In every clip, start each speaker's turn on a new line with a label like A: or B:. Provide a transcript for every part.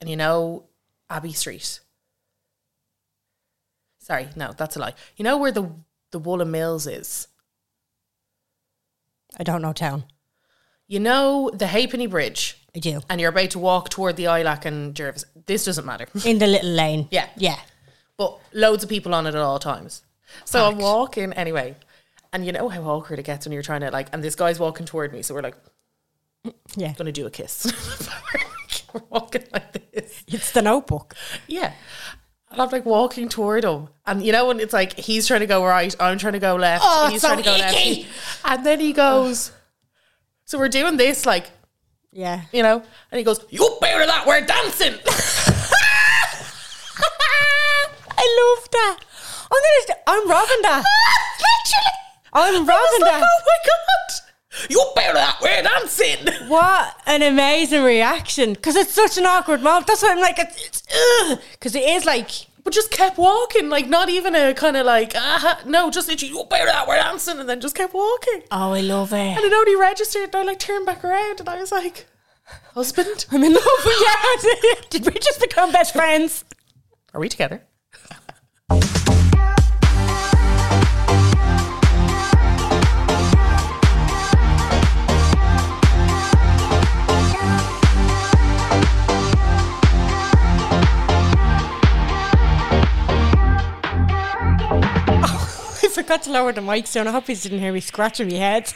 A: And you know Abbey Street. Sorry, no, that's a lie. You know where the the Woolen Mills is?
B: I don't know town.
A: You know the Halfpenny Bridge.
B: I do.
A: And you're about to walk toward the Ilac and Jervis. This doesn't matter.
B: In the little lane.
A: Yeah.
B: Yeah.
A: but loads of people on it at all times. So I'm
B: Packed.
A: walking anyway, and you know how awkward it gets when you're trying to like, and this guy's walking toward me, so we're like,
B: Yeah.
A: gonna do a kiss. we're walking like this,
B: It's the notebook.
A: yeah. And I'm like walking toward him, and you know when it's like he's trying to go right, I'm trying to go left,
B: Oh,
A: he's
B: so
A: trying to go
B: icky.
A: left, and then he goes. So we're doing this, like
B: Yeah.
A: you know, and he goes, "You better that we're dancing."
B: Oh, I love that. I'm gonna. st- I'm robbing that.
A: Literally,
B: I'm
A: I was
B: robbing
A: like,
B: that.
A: Oh my god! You better that we're dancing.
B: What an amazing reaction! Because it's such an awkward moment. That's why I'm like, it's because it is like
A: but just kept walking, like not even a kind of like ah, no, just literally you better that we're dancing, and then just kept walking.
B: oh, I love
A: And
B: it.
A: it only registered, and I like turned back around, and I was like, husband,
B: I'm in love with you. Did we just become best friends?
A: are we together?
B: I forgot to lower the mic down. I hope you didn't hear me scratching my head.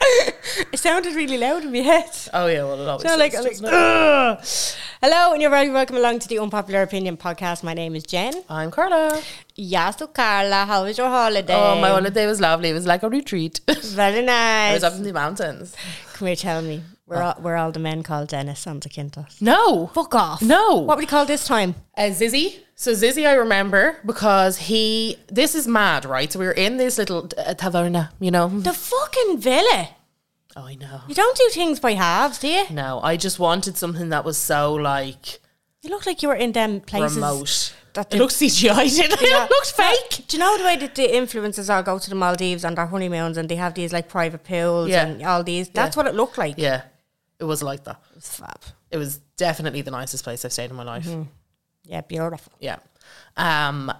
B: it sounded really loud in my head.
A: Oh yeah, well it always
B: So like,
A: does,
B: like
A: doesn't it?
B: "Ugh." hello, and you're very welcome along to the Unpopular Opinion podcast. My name is Jen.
A: I'm Carla.
B: Yeah, so Carla, how was your holiday?
A: Oh, my holiday was lovely. It was like a retreat.
B: Very
A: I was Oh.
B: nice.
A: up in the mountains.
B: Come here, tell me. We're all, we're all the men called Dennis on the Quintos.
A: No,
B: Fuck off.
A: No.
B: What would you call this time?
A: uh, Zizzy. So Zizzy, I remember because he. This is mad, right? So we were in this little uh, taverna, you know.
B: The fucking villa.
A: Oh, I know.
B: You don't do things by halves, do you?
A: No, I just wanted something that was so like
B: You look like you were in them places.
A: remote.
B: that
A: it
B: did-
A: looks CGI, didn't it?
B: Yeah.
A: It looks
B: No,
A: fake.
B: Do you know the way that the influencers all go to the Maldives on their honeymoons and they have these like private pools
A: Yeah.
B: and all these? That's what it looked like.
A: Yeah, it was like that.
B: It was fab.
A: It was definitely the nicest place I've stayed in my life.
B: Yeah, beautiful.
A: Yeah. Um.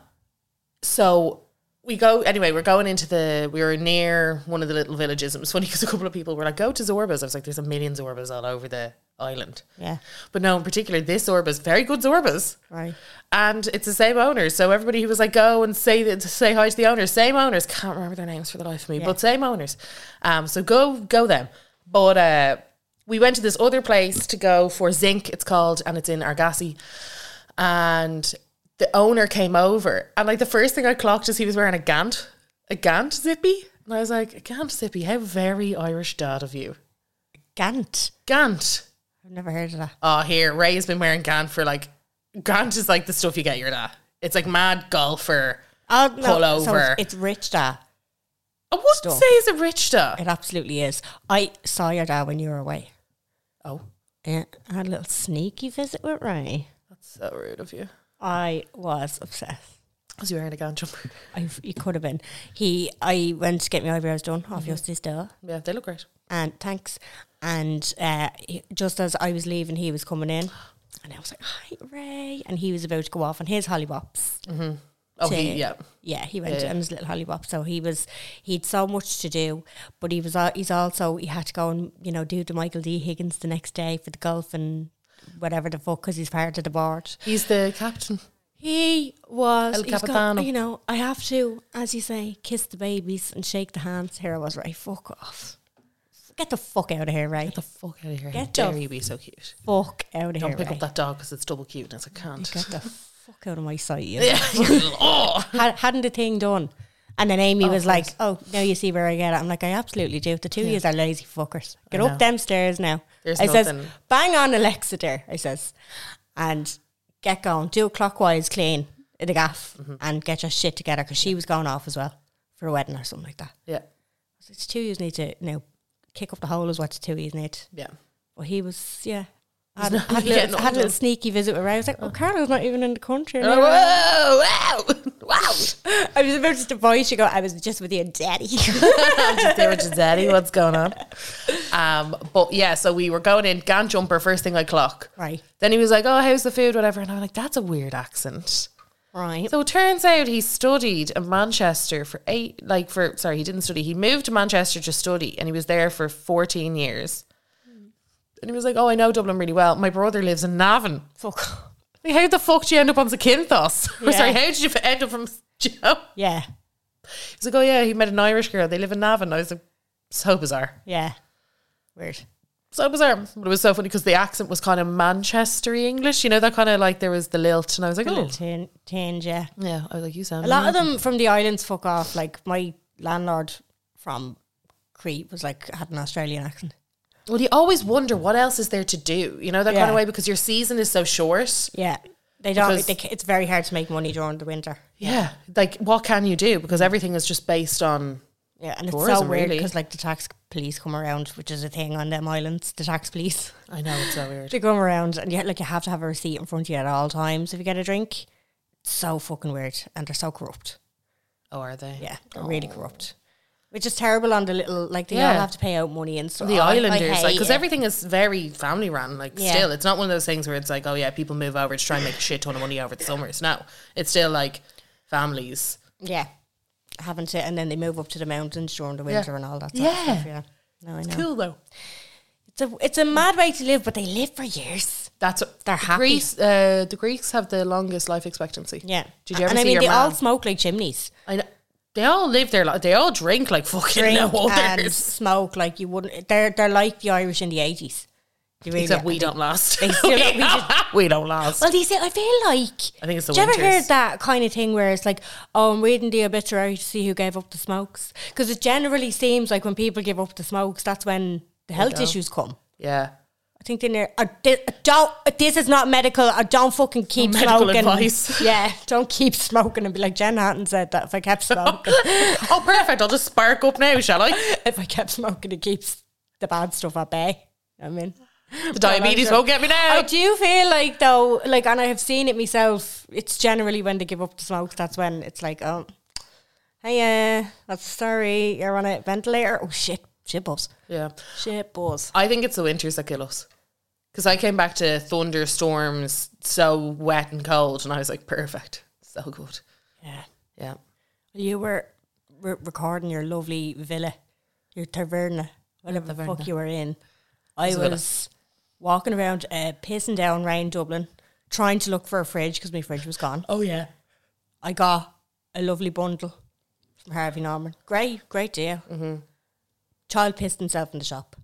A: So we go anyway. We're going into the. We were near one of the little villages. It was funny because a couple of people were like, "Go to Zorbas." I was like, "There's a million Zorbas all over the island."
B: Yeah,
A: But no, in particular, this Zorbas, very good Zorbas.
B: right.
A: and it's the same owners. So everybody who was like, go and say that, say hi to the owners, same owners. Can't remember their names for the life of me, but same owners. Um, so go, go them. But uh, we went to this other place to go for zinc. It's called, and it's in Argasi, and the owner came over, and like the first thing I clocked is he was wearing a gant, a gant zippy, and I was like, a gant zippy, how very Irish dad of you,
B: Gant.
A: gant.
B: I've never heard of that.
A: Oh, here, Ray has been wearing Gant for like Gant is like the stuff you get your dad. It's like mad golfer.
B: Oh,
A: Pull
B: so it's-
A: over.
B: it's, rich, da.
A: I wouldn't
B: Stuff.
A: Oh, say he's a rich dad.
B: It absolutely is. I saw your dad when you were away.
A: Oh,
B: Yeah, I had a little sneaky visit with Ray.
A: that's so rude of you.
B: I was obsessed.
A: Was he wearing a Gant jumper?
B: I, he could have been. He, I went to get my eyebrows done off your sister,
A: Yeah, they look great.
B: and thanks. And uh, he- just as I was leaving, he was coming in, and I was like, "Hi, Ray!" And he was about to go off on his hollywops.
A: Oh,
B: to-
A: he, yeah.
B: yeah, he went on his little hollywop. So he was he had so much to do, but he was al- he's also he had to go and you know do the Michael D Higgins the next day for the golf and whatever the fuck because he's part of the board.
A: He's the captain.
B: He was,
A: El
B: he's got-
A: Capitano.
B: you know, I have to, as you say, kiss the babies and shake the hands. Here I was, right? Fuck off. Get the fuck out of here, right?
A: Get the fuck out of here. How
B: Get
A: dare
B: the
A: you be so cute?
B: fuck out of
A: Don't
B: here.
A: pick
B: Ray.
A: up that dog because it's double cuteness. I can't.
B: Get the fuck out of my sight. You
A: Yeah. oh.
B: Had, hadn't the thing done. And then Amy was like, oh, now you see where I get it. I'm like, I absolutely do. The two of yous are lazy fuckers. Get
A: know.
B: up them stairs now.
A: There's
B: I says,
A: nothing-
B: bang on Alexa there, I says, and get going. Do it clockwise clean in the gaff
A: Mm-hmm.
B: and get your shit together because she was going off as well for a wedding or something like that.
A: Yeah.
B: So it's two of yous need to, you know, kick up the hole is what the two of yous need.
A: Yeah.
B: Well, he was, yeah. Had,
A: no-
B: had, a
A: yeah,
B: little,
A: no,
B: had a little
A: no.
B: sneaky visit around. I was like, oh, Carlo's not even in the country. And I was-
A: Oh, wow. Wow.
B: I was about to voice you go, I was just with your daddy.
A: I'm just there with your daddy. What's going on? Um, but yeah, so we were going in, Gan jumper, first thing I clock.
B: Right.
A: Then he was like, Oh, how's the food? Whatever. And I'm like, That's a weird accent.
B: right.
A: So it turns out he studied in Manchester for eight, like for, sorry, he didn't study. He moved to Manchester to study and he was there for 14 years. And he was like, Oh, I know Dublin really well. My brother lives in Navan.
B: Fuck.
A: Like, how the fuck do you end up on Zakynthos? Or sorry,
B: Yeah.
A: how did you end up from Joe?
B: Yeah.
A: He's like, Oh, yeah, he met an Irish girl. They live in Navan. I was like, So bizarre.
B: Yeah. Weird.
A: So bizarre. But it was so funny because the accent was kind of Manchester English. You know, that kind of like there was the lilt. And I was like,
B: A
A: Oh,
B: little tin- tinge, yeah.
A: yeah. I was like, You Mm-hmm. sound
B: A lot of them from the islands fuck off. Like my landlord from Crete was like had an Australian accent.
A: Well, you always wonder what else is there to do, you know, that kind
B: Yeah.
A: of way, because your season is so short.
B: Yeah. They don't
A: Because-
B: they, ca- it's very hard to make money during the winter.
A: Yeah. Like, what can you do? Because everything is just based on.
B: Yeah, and it's so
A: Tourism,
B: weird
A: really.
B: because like the tax police come around, which is a thing on them islands. The tax police
A: I know, it's so weird.
B: they come around, and yet like you have to have a receipt in front of you at all times if you get a drink. It's so fucking weird, and they're so corrupt.
A: Oh, are they?
B: Yeah, they're really corrupt. Which is terrible on the little, like they all
A: Oh. Yeah.
B: have to pay out money and stuff.
A: The
B: I- I
A: islanders, like,
B: hate
A: because
B: it.
A: everything is very family run. Like,
B: Yeah.
A: still, it's not one of those things where it's like, oh, yeah, people move over to try and make a shit ton of money over the summers. No, it's still like families.
B: yeah, having to, and then they move up to the mountains during the winter and all that. Sort
A: Yeah.
B: of stuff, yeah. No, I know.
A: Cool, though.
B: It's a it's a mad way to live, but they live for years.
A: That's what
B: They're happy.
A: Greece, uh, the Greeks have the longest life expectancy.
B: Yeah.
A: Did you ever
B: and I
A: see
B: mean,
A: your
B: they all
A: man?
B: smoke like chimneys,
A: I know. They all live their life. They all drink like fucking
B: drink
A: no
B: and
A: others.
B: smoke like you wouldn't. They're they're like the Irish in the eighties.
A: Except we don't last.
B: They still-
A: we,
B: we
A: don't,
B: just-
A: we don't last.
B: Well, they say I feel like.
A: I think it's the
B: Do you ever
A: winters.
B: heard that kind of thing where it's like, oh, I'm reading the obituary to see who gave up the smokes? Because it generally seems like when people give up the smokes, that's when the health issues come.
A: yeah.
B: I think they near. I di- I don't. This is not medical. I don't fucking keep
A: medical
B: smoking.
A: advice.
B: Yeah, don't keep smoking and be like Jen Hatton said that. If I kept smoking,
A: Oh, perfect. I'll just spark up now, shall I?
B: if I kept smoking, it keeps the bad stuff at bay. I mean,
A: The diabetes won't get me now.
B: I do feel like though, like, and I have seen it myself. It's generally when they give up the smokes. That's when it's like, oh, hey, uh, that's sorry, you're on a ventilator. Oh shit, shit buzz,
A: yeah.
B: shit buzz.
A: I think it's the winters that kill us. Because I came back to thunderstorms so wet and cold, and I was like, perfect. So good.
B: Yeah,
A: Yeah.
B: you were re- recording your lovely villa, your taverna, whatever the fuck you were in. I
A: a villa.
B: was walking around, uh, pissing down rain Dublin, trying to look for a fridge because my fridge was gone.
A: Oh, yeah.
B: I got a lovely bundle from Harvey Norman. Great, great deal. Mm-hmm. Child pissed himself in the shop.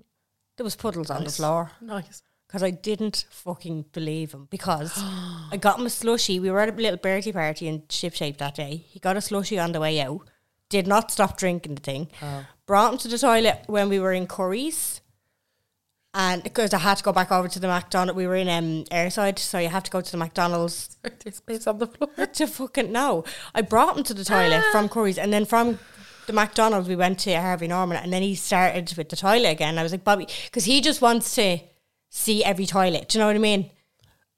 B: There was puddles on the floor
A: Nice.
B: because I didn't fucking believe him. Because I got him a slushy. We were at a little birthday party in Shipshape that day. He got a slushy on the way out. Did not stop drinking the thing. Brought him to the toilet when we were in Curry's. And because I had to go back over to the McDonald's, we were in um, Airside, so you have to go to the McDonald's
A: There's space on the floor.
B: to fucking know. I brought him to the toilet from Curry's, and then from the McDonald's we went to Harvey Norman, and then he started with the toilet again. I was like, Bobby, because he just wants to see every toilet. Do you know what I mean?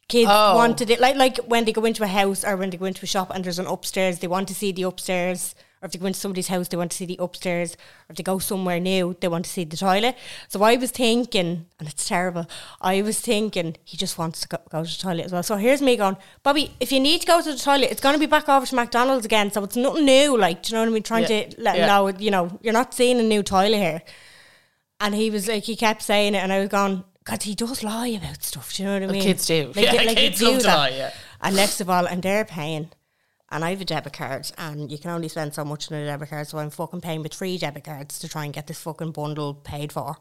B: Kids
A: Oh.
B: wanted it like like when they go into a house or when they go into a shop and there's an upstairs, they want to see the upstairs. Or if they go into somebody's house, they want to see the upstairs. Or if they go somewhere new, they want to see the toilet. So I was thinking, and it's terrible. I was thinking he just wants to go, go to the toilet as well. So here's me going, Bobby. If you need to go to the toilet, it's going to be back over to McDonald's again. So it's nothing new. Like, do you know what I mean? Trying
A: Yeah.
B: to let
A: Yeah.
B: him know, you know, you're not seeing a new toilet here. And he was like, he kept saying it, and I was going, because he does lie about stuff. Do you know what I mean?
A: kids do.
B: Like,
A: Yeah,
B: like
A: kids
B: you do
A: love to
B: that.
A: lie, yeah.
B: And next of all, and they're paying. And I have a debit card, and you can only spend so much on a debit card. So I'm fucking paying with three debit cards to try and get this fucking bundle paid for.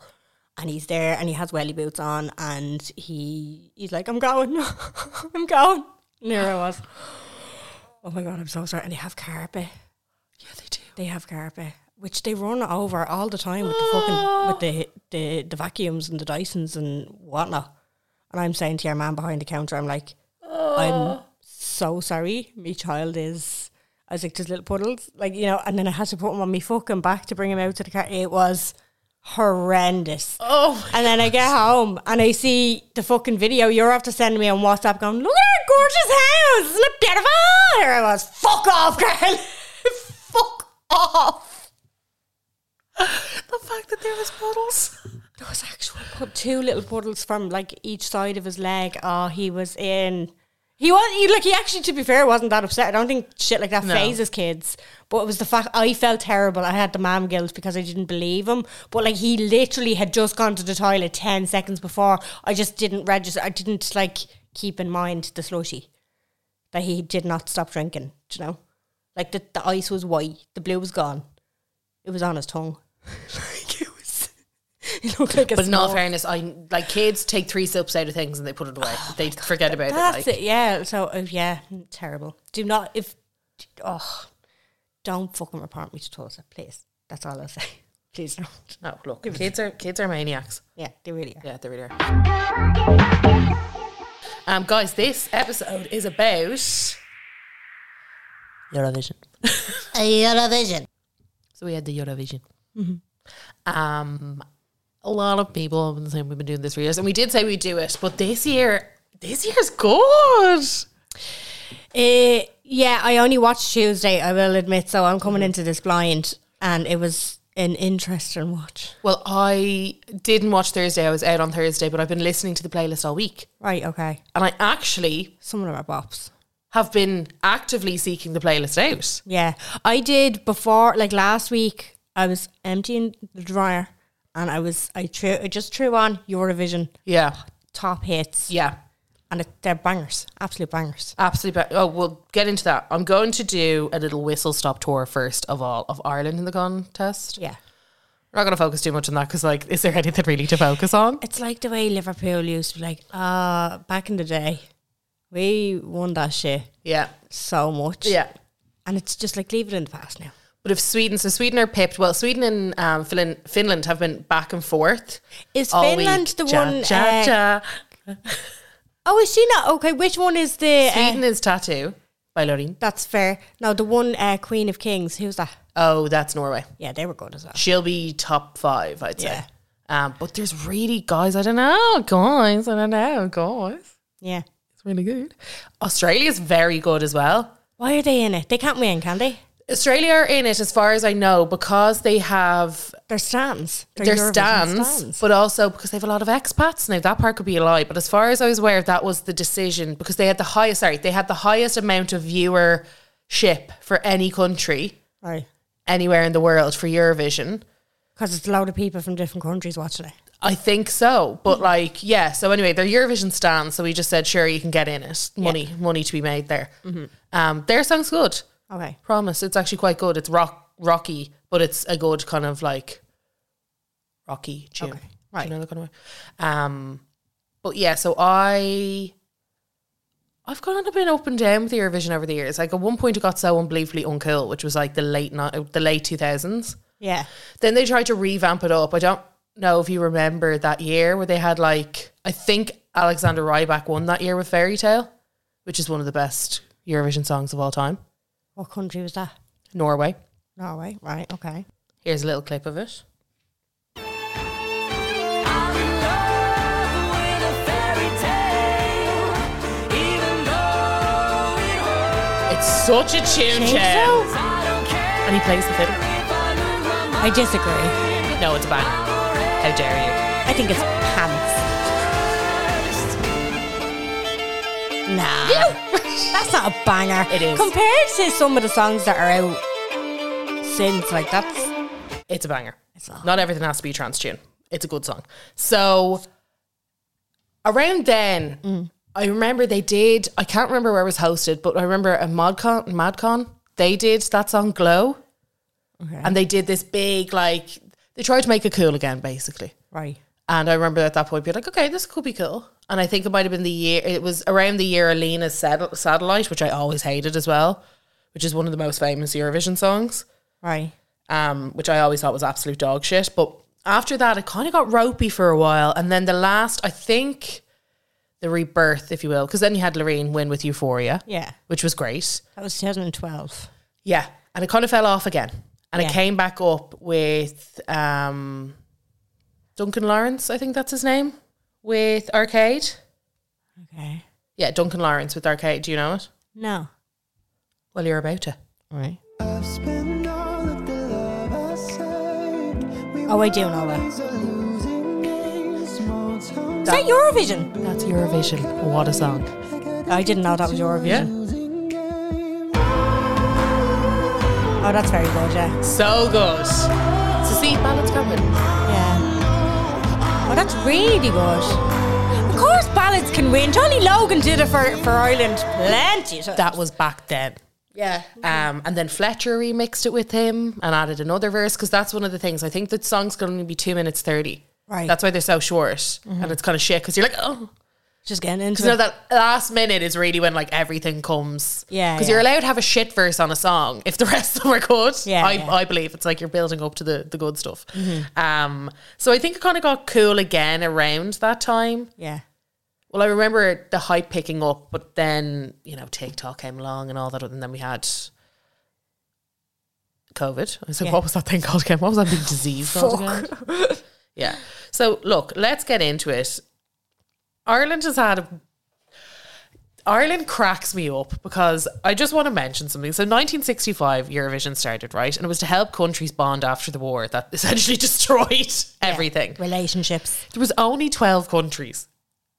B: And he's there, and he has welly boots on, and he he's like, "I'm going, I'm going." And there I was. Oh my god, I'm so sorry. And they have carpet.
A: Yeah, they do.
B: They have carpet, which they run over all the time with the fucking with the, the the vacuums and the Dysons and whatnot. And I'm saying to your man behind the counter, I'm like, I'm so sorry, me child is. I was like, just little puddles, like you know. And then I had to put him on me fucking back to bring him out to the car. It was horrendous.
A: Oh,
B: And then I get home and I see the fucking video you're after sending me on WhatsApp going, look at our gorgeous house. It's not beautiful. And I was, fuck off, girl. fuck off.
A: the fact that there was puddles.
B: There was actual put two little puddles from like each side of his leg. Oh, he was in. He was he, like he actually, to be fair, wasn't that upset. I don't think shit like that
A: No.
B: phases kids. But it was the fact I felt terrible. I had the mam guilt because I didn't believe him. But like he literally had just gone to the toilet ten seconds before. I just didn't register. I didn't like keep in mind the slushy that he did not stop drinking. Do you know, like the the ice was white, the blue was gone. It was on his tongue. like it was. It looked like a.
A: But in all
B: small-
A: fairness, I like kids take three sips out of things and they put it away. they forget about
B: That's
A: it. Like,
B: it. Yeah. So uh, yeah, mm, terrible. Do not if oh, don't fucking report me to Tulsa, please. That's all I'll say. Please don't.
A: No, Oh, look, kids are kids are maniacs.
B: Yeah, they really are.
A: Yeah, they really are. Um, guys, this episode is about.
B: Eurovision. Uh, Eurovision.
A: So we had the Eurovision. Um, a lot of people have been saying we've been doing this for years, and we did say we do it, but this year, this year's good.
B: Uh, yeah, I only watched Tuesday. I will admit. So I'm
A: Mm-hmm.
B: coming into this blind, and it was an interesting watch.
A: Well, I didn't watch Thursday. I was out on Thursday, but I've been listening to the playlist all week,
B: Right. Okay.
A: and I actually
B: Some of them are bops.
A: have been actively seeking the playlist out.
B: Yeah, I did before, like last week. I was emptying the dryer, and I was I threw I just threw on Eurovision
A: Yeah,
B: top hits,
A: yeah,
B: and it, they're bangers, absolute bangers.
A: absolutely. Ba- oh, we'll get into that. I'm going to do a little whistle stop tour first of all of Ireland in the contest.
B: Yeah,
A: We're not going to focus too much on that because, like, is there anything really to focus on?
B: it's like the way Liverpool used to be like, ah, back in the day, we won that shit
A: Yeah,
B: so much,
A: yeah.
B: and it's just like leave it in the past now.
A: But if Sweden, so Sweden are pipped. Well, Sweden and um, Finland, Finland have been back and forth.
B: Is
A: all
B: Finland
A: week.
B: the
A: Ja,
B: one?
A: ja,
B: uh,
A: ja.
B: Oh, is she not okay? Which one is the? uh,
A: Sweden is tattoo by Loreen.
B: that's fair. No, the one uh, Queen of Kings. Who's that?
A: Oh, that's Norway.
B: Yeah, they were good as well.
A: She'll be top five, I'd
B: Yeah.
A: say. Um, but there's really guys. I don't know, guys. I don't know, guys.
B: Yeah.
A: It's really good. Australia's very good as well.
B: Why are they in it? They can't win, can they?
A: Australia are in it, as far as I know, because they have
B: They're stands.
A: their stands, but also because they have a lot of expats. Now that part could be a lie, but as far as I was aware, that was the decision because they had the highest. Sorry, they had the highest amount of viewership for any country
B: Right.
A: anywhere in the world for Eurovision.
B: Because it's a load of people from different countries watching it.
A: I think so, but like, yeah. So anyway, their Eurovision stands. So we just said, sure, you can get in it. Money, money to be made there. Um, their song's good.
B: Okay.
A: Promise, it's actually quite good. It's rock, rocky, but it's a good kind of like rocky tune.
B: Okay,
A: Right,
B: right.
A: you know, that kind of way. Um, but yeah, so I. I've kind of been up and down with Eurovision over the years. Like at one point, it got so unbelievably uncool, which was like the late night, the late two thousands.
B: Yeah.
A: Then they tried to revamp it up. I don't know if you remember that year where they had like I think Alexander Rybak won that year with Fairy Tale, which is one of the best Eurovision songs of all time.
B: What country was that?
A: Norway.
B: Norway. Right. Okay.
A: Here's a little clip of it. It's such a tune, Jen. And he plays the fiddle.
B: I disagree.
A: No, it's a bang. How dare
B: I think it's pants. Nah. That's not a banger.
A: It is.
B: Compared to some of the songs that are out since, like that's.
A: you? It's a banger.
B: It's not.
A: Not everything has to be a trance tune. It's a good song. So around then, I remember they did. I can't remember where it was hosted, but I remember at ModCon. MadCon, they did that song "Glow," and they did this big like they tried to make it cool again, basically.
B: Right.
A: And I remember at that point being like, okay, this could be cool. And I think it might have been the year, it was around the year Alina's Sat- Satellite, which I always hated as well, which is one of the most famous Eurovision songs,
B: Right.
A: um, which I always thought was absolute dog shit. But after that, it kind of got ropey for a while. And then the last, I think, the rebirth, if you will, because then you had Loreen win with Euphoria,
B: Yeah.
A: which was great.
B: That was 2012.
A: Yeah. And it kind of fell off again. And
B: Yeah.
A: it came back up with um, Duncan Lawrence, I think that's his name, with Arcade.
B: Okay.
A: Yeah, Duncan Lawrence with Arcade. Do you know it?
B: No.
A: Well, you're about to.
B: Right. Oh, I do know that. Is that Eurovision?
A: That's Eurovision. What a song.
B: I didn't know that was Eurovision. Oh, that's very good, yeah.
A: So good. So see, balance coming.
B: Yeah. Oh, that's really good. Of course, ballads can win. Johnny Logan did it for, for Ireland plenty. So
A: That was back then.
B: yeah.
A: Um, and then Fletcher remixed it with him and added another verse because that's one of the things. I think the song's going to be two minutes 30.
B: Right. Mm-hmm.
A: That's why they're so short. And it's kind of shit because you're like, oh,
B: Just getting into
A: Because
B: it.
A: you know that last minute is really when like everything comes.
B: Yeah,
A: Because
B: yeah.
A: you're allowed to have a shit verse on a song if the rest of them are good.
B: Yeah,
A: I,
B: yeah. Mm-hmm.
A: I believe it's like you're building up to the the good stuff. Um. So I think it kind of got cool again around that time.
B: yeah.
A: Well, I remember the hype picking up, but then you know TikTok came along and all that, and then we had. COVID. I said,
B: Yeah.
A: what was that thing called again? What was that big disease called again? yeah. So look, let's get into it. Ireland has had a Ireland cracks me up because I just want to mention something. So 1965 Eurovision started, right? And it was to help countries bond after the war that essentially destroyed everything.
B: Relationships.
A: There was only 12 countries.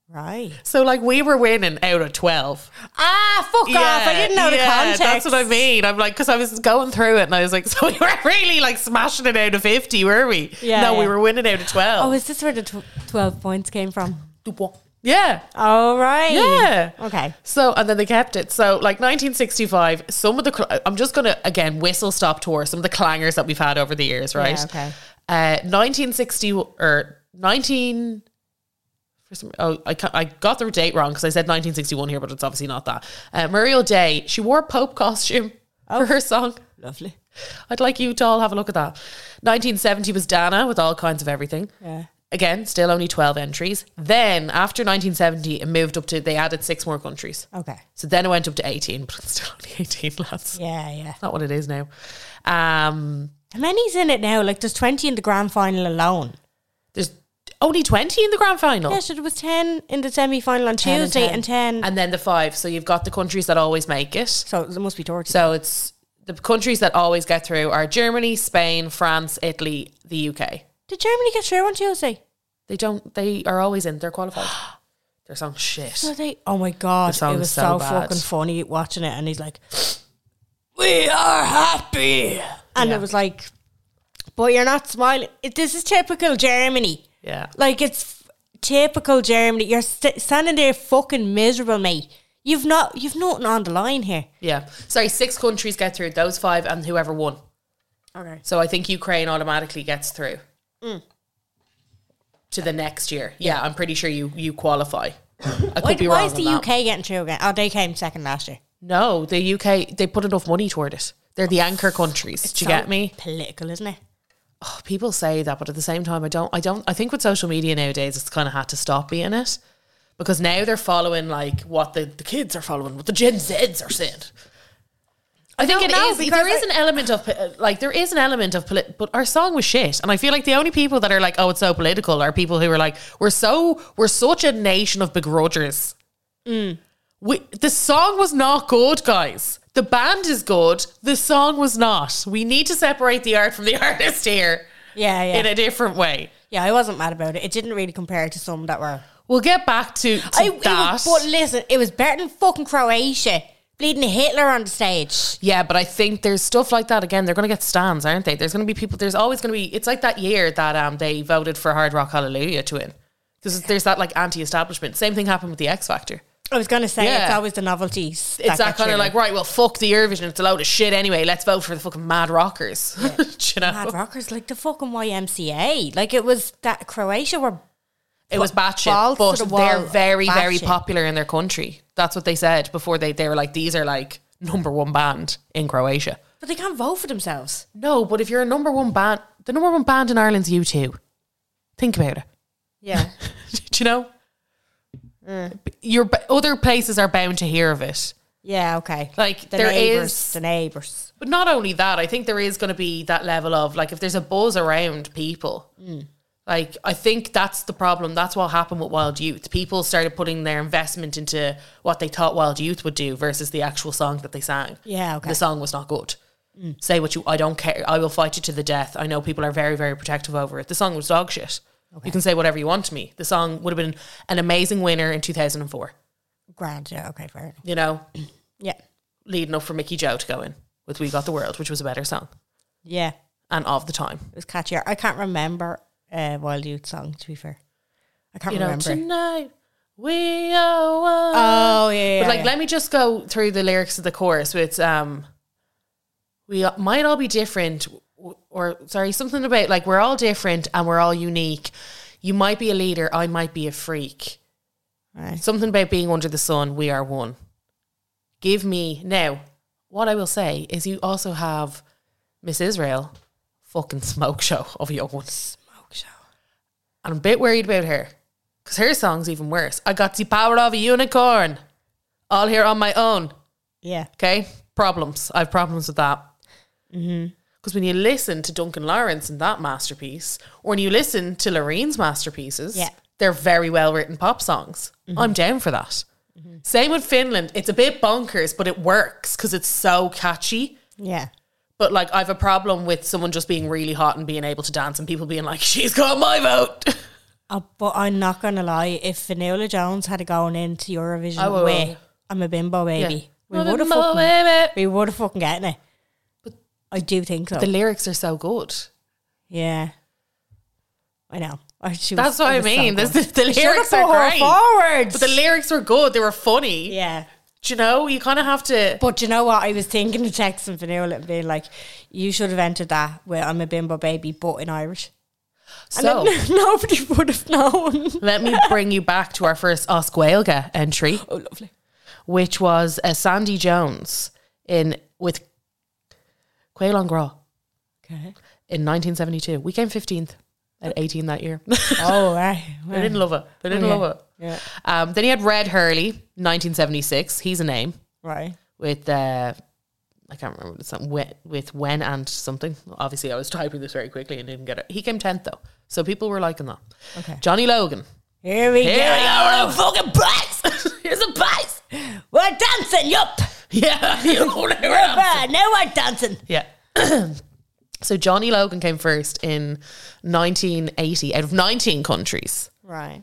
B: Right.
A: So like we were winning out of 12.
B: Ah, fuck off. I didn't know the
A: yeah,
B: context.
A: That's what I mean. I'm like, because I was going through it and I was like, so we weren't really like smashing it out of 50, were we?
B: Yeah,
A: No,
B: yeah.
A: we were winning out of 12.
B: Oh, is this where the tw- 12 points came from?
A: yeah.
B: All right.
A: Yeah.
B: Okay.
A: So, and then they kept it. So, like 1965, some of the, cl- I'm just going to, again, whistle stop tour some of the clangers that we've had over the years, right?
B: Yeah, okay.
A: Uh, 1960, or 19. for some- Oh, I, ca- I got the date wrong because I said 1961 here, but it's obviously not that. Uh, Muriel Day, she wore a Pope costume for her song.
B: Oh. Lovely.
A: I'd like you to all have a look at that. 1970 was Dana with all kinds of everything.
B: Yeah.
A: Again, still only 12 entries. Then after 1970, it moved up to, they added six more countries.
B: Okay.
A: So then it went up to 18, but it's still only 18 lads.
B: Yeah, yeah.
A: Not what it is now. Um,
B: How many's in it now? Like, there's 20 in the grand final alone.
A: there's only 20 in the grand final.
B: Yeah, so there was 10 in the semi final on
A: and
B: Tuesday and 10.
A: And then the five. So you've got the countries that always make it.
B: so it must be torture.
A: So it's the countries that always get through are Germany, Spain, France, Italy, the UK.
B: Did Germany get through on Tuesday?
A: They don't, they are always in, they're qualified. They're some shit.
B: Were they? Oh my God. It
A: song
B: was
A: is
B: so,
A: so bad.
B: fucking funny watching it. And he's like, We are happy. And
A: Yeah.
B: it was like, But you're not smiling. It, this is typical Germany.
A: Yeah.
B: Like it's f- typical Germany. You're st- standing there, fucking miserable, mate. You've not, you've nothing on the line here.
A: Yeah. Sorry, six countries get through, those five, and whoever won.
B: Okay.
A: So I think Ukraine automatically gets through
B: Mm.
A: to the next year. Yeah, I'm pretty sure you you qualify. I could
B: Why,
A: be
B: why
A: wrong.
B: is
A: on
B: the
A: that.
B: UK getting through again? Oh, they came second last year.
A: No, the UK they put enough money toward it. They're the anchor countries. Do you
B: So
A: get me?
B: Political, isn't it?
A: Oh, people say that, but at the same time, I don't. I don't. I think with social media nowadays, it's kind of had to stop being it because now they're following like what the, the kids are following, what the Gen Zs are saying. I think
B: don't
A: it
B: know,
A: is.
B: because
A: There is
B: I-
A: an element of uh, like there is an element of polit- but our song was shit, and I feel like the only people that are like, oh, it's so political, are people who are like, we're so we're such a nation of begrudgers. We, the song was not good, guys. The band is good. The song was not. We need to separate the art from the artist here
B: Yeah, yeah,
A: in a different way.
B: yeah. I wasn't mad about it. It didn't really compare to some that were.
A: We'll get back to, to
B: I, it
A: that.
B: was, but listen, it was better than fucking Croatia bleeding Hitler on the stage.
A: Yeah, but I think there's stuff like that again. They're going to get stands, aren't they? There's going to be people. There's always going to be. It's like that year that um they voted for Hard Rock Hallelujah to win because there's that like anti-establishment. Same thing happened with the X Factor.
B: I was going to say it's
A: Yeah.
B: always the novelties.
A: It's that,
B: get
A: kind
B: you.
A: of like right. Well, fuck the Eurovision. It's a load of shit anyway. Let's vote for the fucking Mad Rockers. Do you know,
B: Mad rockers like the fucking YMCA. Like it was that Croatia were
A: it was batshit,
B: balls
A: but
B: to the
A: they're
B: wall,
A: very, very
B: batshit.
A: popular in their country. That's what they said before they they were like these are like number one band in Croatia.
B: but they can't vote for themselves.
A: No, but if you're a number one band, the number one band in Ireland's U two. Think about it.
B: Yeah.
A: Do you know? Your b- other places are bound to hear of it.
B: yeah, okay.
A: Like,
B: the
A: there
B: neighbors,
A: is-
B: the neighbors.
A: But not only that, I think there is going to be that level of like if there's a buzz around people.
B: Mm.
A: Like I think that's the problem. That's what happened with Wild Youth. People started putting their investment into what they thought Wild Youth would do versus the actual song that they sang.
B: Yeah, okay. Mm.
A: The song was not good. Say what you I don't care. I will fight you to the death. I know people are very very protective over it. The song was dog shit. You can say whatever you want to me. The song would have been an amazing winner in 2004,
B: Grand, yeah, okay, fair enough.
A: you know,
B: Yeah.
A: leading up for Mickey Joe to go in with We Got the World, which was a better song
B: Yeah.
A: and of the time.
B: It was catchier. I can't remember uh Wild Youth song, to be fair. I can't
A: you know,
B: remember.
A: tonight we are one.
B: oh yeah, yeah,
A: but like,
B: yeah.
A: let me just go through the lyrics of the chorus. It's um, we a- might all be different, w- or sorry, something about like we're all different and we're all unique. You might be a leader, I might be a freak.
B: Right.
A: Something about being under the sun. We are one. Give me now. What I will say is, you also have Miss Israel, fucking smoke show of a young one.
B: Smoke show.
A: And I'm a bit worried about her because her song's even worse. I got the power of a unicorn all here on my own.
B: Yeah.
A: Okay. Problems. I have problems with that. Because when you listen to Duncan Lawrence and that masterpiece, or when you listen to Lorene's masterpieces,
B: Yeah.
A: they're very well written pop songs. I'm down for that. Same with Finland. It's a bit bonkers, but it works because it's so catchy.
B: Yeah.
A: But like, I have a problem with someone just being really hot and being able to dance, and people being like, "She's got my vote."
B: Uh, but I'm not gonna lie, if Vanilla Jones had gone into Eurovision
A: I would.
B: with I'm a bimbo
A: Yeah.
B: baby,
A: I'm a
B: we would have
A: bimbo
B: fucking
A: baby.
B: we would have fucking gotten it. But I do think so.
A: the lyrics are so good.
B: yeah. I know. I- she was-
A: That's what I
B: it was so
A: mean.
B: good.
A: This- the, the
B: Should've
A: lyrics
B: put
A: are
B: her
A: great.
B: forward.
A: But the lyrics were good. They were funny.
B: yeah.
A: Do you know? You kind of have to.
B: But you know what? I was thinking of texting Vanilla and being like, you should have entered that where I'm a bimbo baby, but in Irish. And
A: so
B: then nobody would have known.
A: let me bring you back to our first Oscuelga entry. Oh, lovely. Which was uh, Sandy Jones in with Quaylon Gra
B: Okay.
A: in 1972. We came 15th at 18 that year.
B: Oh, right.
A: they didn't love it. They didn't
B: Okay.
A: love it.
B: Yeah.
A: Um, then he had Red Hurley, 1976. He's a name.
B: Right.
A: with uh I can't remember the song with, with when and something. Obviously, I was typing this very quickly and didn't get it. He came tenth though, so people were liking that.
B: Okay.
A: Johnny Logan.
B: Here we
A: Here
B: go.
A: we go, we're a fucking prize. Here's a prize.
B: We're dancing, yup.
A: Yeah, you know what I mean?
B: Ah, now we're dancing.
A: yeah. so Johnny Logan came first in 1980 out of 19 countries.
B: Right.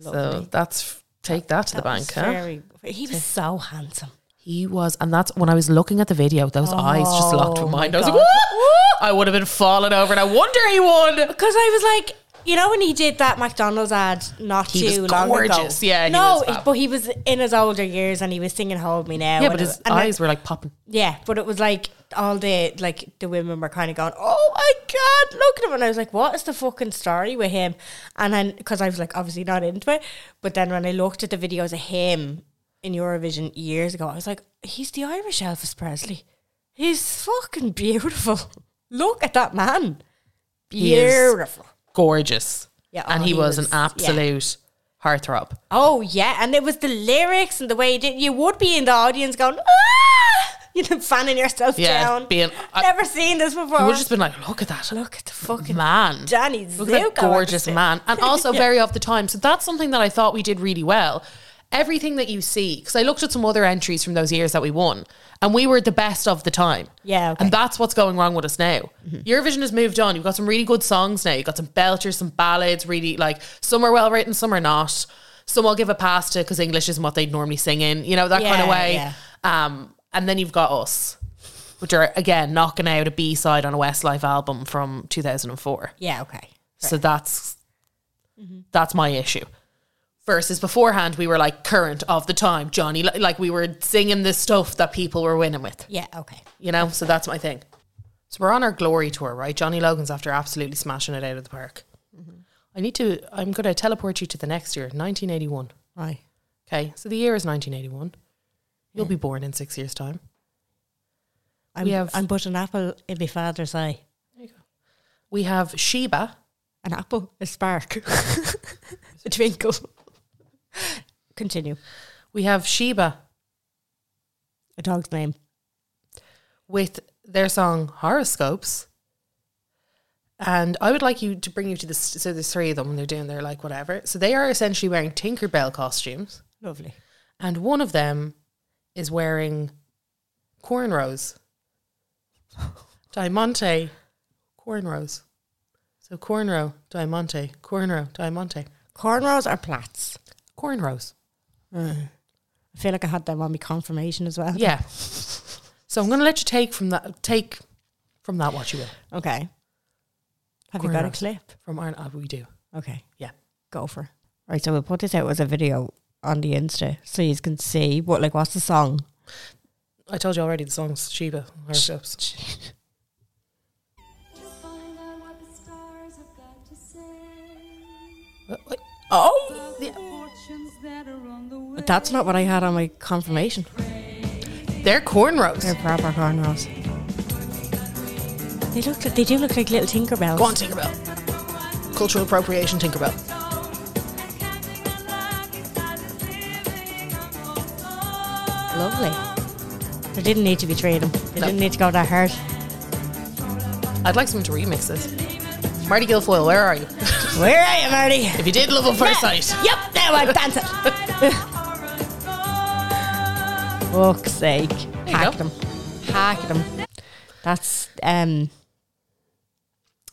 A: So that's take that to the bank. Huh?
B: Very, he was so handsome.
A: He was, and that's when I was looking at the video. Those eyes just
B: Oh
A: locked with mine. I was like, "Woo!" I would have been falling over, and I wonder he won.
B: Because I was like, you know, when he did that McDonald's ad not
A: He was
B: too long ago.
A: gorgeous. Yeah, he
B: no,
A: was fab.
B: but he was in his older years and he was singing "Hold Me Now."
A: Yeah,
B: and
A: but
B: it-
A: his
B: and it-
A: eyes were like popping.
B: yeah, but it was like all the like the women were kind of going, "Oh my god, look at him!" And I was like, "What is the fucking story with him?" And then because I was like, obviously not into it, but then when I looked at the videos of him in Eurovision years ago, I was like, "He's the Irish Elvis Presley. He's fucking beautiful. Look at that man,
A: He is.
B: beautiful."
A: Gorgeous.
B: Yeah,
A: and
B: oh,
A: he,
B: he
A: was,
B: was-
A: an absolute heartthrob.
B: Oh yeah, and it was the lyrics and the way you did. You would be in the audience going, "Ah!" You know, fanning yourself
A: Yeah,
B: down.
A: being- I-
B: never seen this before.
A: You would have just been like, look at that.
B: Look at the fucking
A: man.
B: Danny
A: Look at that
B: Zuko, I would
A: gorgeous
B: say.
A: man. And also very of the time. So that's something that I thought we did really well. Everything that you see, because I looked at some other entries from those years that we won, and we were the best of the time.
B: Yeah, okay. Mm-hmm.
A: And that's what's going wrong with us now. Eurovision has moved on. You've got some really good songs now. You've got some belters, some ballads, really like some are well written, some are not. Some I'll give a pass to because English isn't what they'd normally sing in, you know, that kind of
B: Yeah,
A: way.
B: yeah.
A: Um, and then you've got us, which are again knocking out a B side on a Westlife album from 2004.
B: yeah, okay.
A: So that's That's my issue. Versus beforehand, we were like current of the time, Johnny. Li- Like we were singing the stuff that people were winning with,
B: Yeah, okay.
A: you know? So that's my thing. So we're on our glory tour, right? Johnny Logan's after absolutely smashing it out of the park. I need to, I'm going to teleport you to the next year, 1981.
B: Aye.
A: Okay, so the year is 1981. You'll be born in six years' time.
B: I'm,
A: We have-
B: I'm but an apple in my father's eye.
A: We have Sheba.
B: An apple, a spark, a twinkle. Continue.
A: We have Sheba
B: A dog's name.
A: with their song Horoscopes. And I would like you to bring you to this. So there's three of them, and they're doing their like whatever. So they are essentially wearing Tinkerbell costumes,
B: Lovely.
A: and one of them is wearing cornrows. Diamante cornrows. So cornrow, diamante, cornrow, diamante,
B: Cornrows or plaits?
A: cornrows.
B: I feel like I had them on my confirmation as well.
A: Yeah. So I'm going to let you take from that take from that what you will.
B: Okay. Have you got a
A: Cornrows.
B: clip?
A: From Iron uh, we do.
B: Okay.
A: Yeah.
B: Go for it. Right, so we'll put this out as a video on the Insta so you can see what like what's the song?
A: I told you already the song's Sheba Horoscopes. Uh, wait.
B: Oh
C: But
B: that's not what I had on my confirmation.
A: They're cornrows.
B: They're proper cornrows. They look like they do look like little Tinkerbells.
A: Go on, Tinkerbell. Cultural appropriation, Tinkerbell.
B: Lovely. They didn't need to betray them. They
A: No.
B: didn't need to go that hard.
A: I'd like someone to remix this. Marty Guilfoyle, where are you?
B: Where are you, Marty?
A: if you did love on first sight.
B: Yep, now I dance it. Fuck's sake.
A: you
B: Hack
A: go.
B: them. Hack them. That's um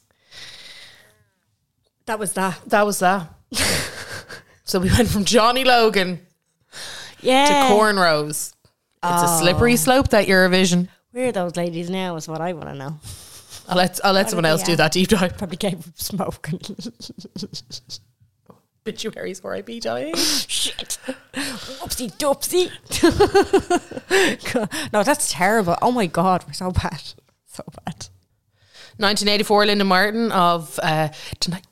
B: That was that.
A: That was that. so we went from Johnny Logan to
B: Yeah.
A: cornrows. It's
B: Oh.
A: a slippery slope that Eurovision.
B: Where are those ladies now is what I wanna know.
A: I'll let I'll let someone
B: they
A: else do
B: at?
A: that deep dive.
B: Probably came from smoking.
A: Obituaries for IP dying.
B: Shit. Whoopsie doopsie. God. no, that's terrible. Oh my god, we're so bad. So bad.
A: 1984, Linda Martin of uh, Tonight.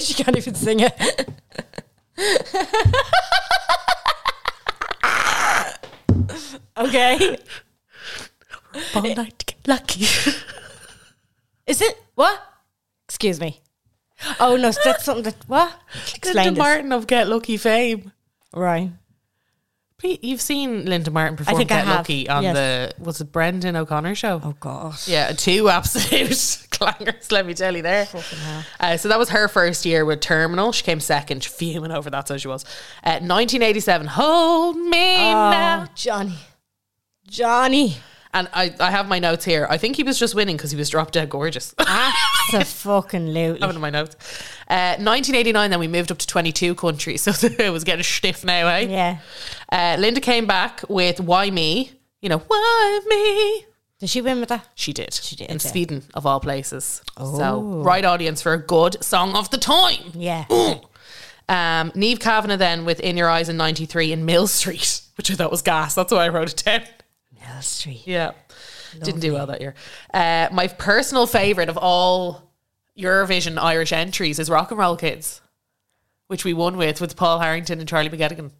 B: she can't even sing it. okay.
A: All night to get lucky.
B: Is it what? Excuse me. Oh no, that's something that what?
A: Linda
B: Explain this.
A: Martin of Get Lucky fame.
B: Right.
A: Pete, You've seen Linda Martin perform
B: think I
A: Get
B: have,
A: Lucky on
B: yes.
A: the was it Brendan O'Connor show?
B: Oh god.
A: Yeah, two absolute clangers. Let me tell you there. Uh, so that was her first year with Terminal. She came second, fuming over that. So she was. Uh, 1987, Hold Me
B: Oh,
A: Now.
B: Johnny. Johnny.
A: And I, I have my notes here. I think he was just winning because he was drop dead gorgeous.
B: So fucking loot.
A: having my notes. Uh, 1989, then we moved up to 22 countries, so it was getting stiff now, eh?
B: Yeah.
A: Uh, Linda came back with Why Me? You know, Why Me?
B: Did she win with that?
A: She did. She
B: did,
A: In
B: yeah.
A: Sweden, of all places. So,
B: Oh.
A: right audience for a good song of the time.
B: Yeah.
A: Um, Neve Kavanagh then with In Your Eyes in 93 in Mill Street, which I thought was gas. That's why I wrote it down.
B: Mill Street.
A: Yeah. Didn't do well that year. Uh, my personal favourite of all Eurovision Irish entries is Rock and Roll Kids, which we won with with Paul Harrington and Charlie McGettigan.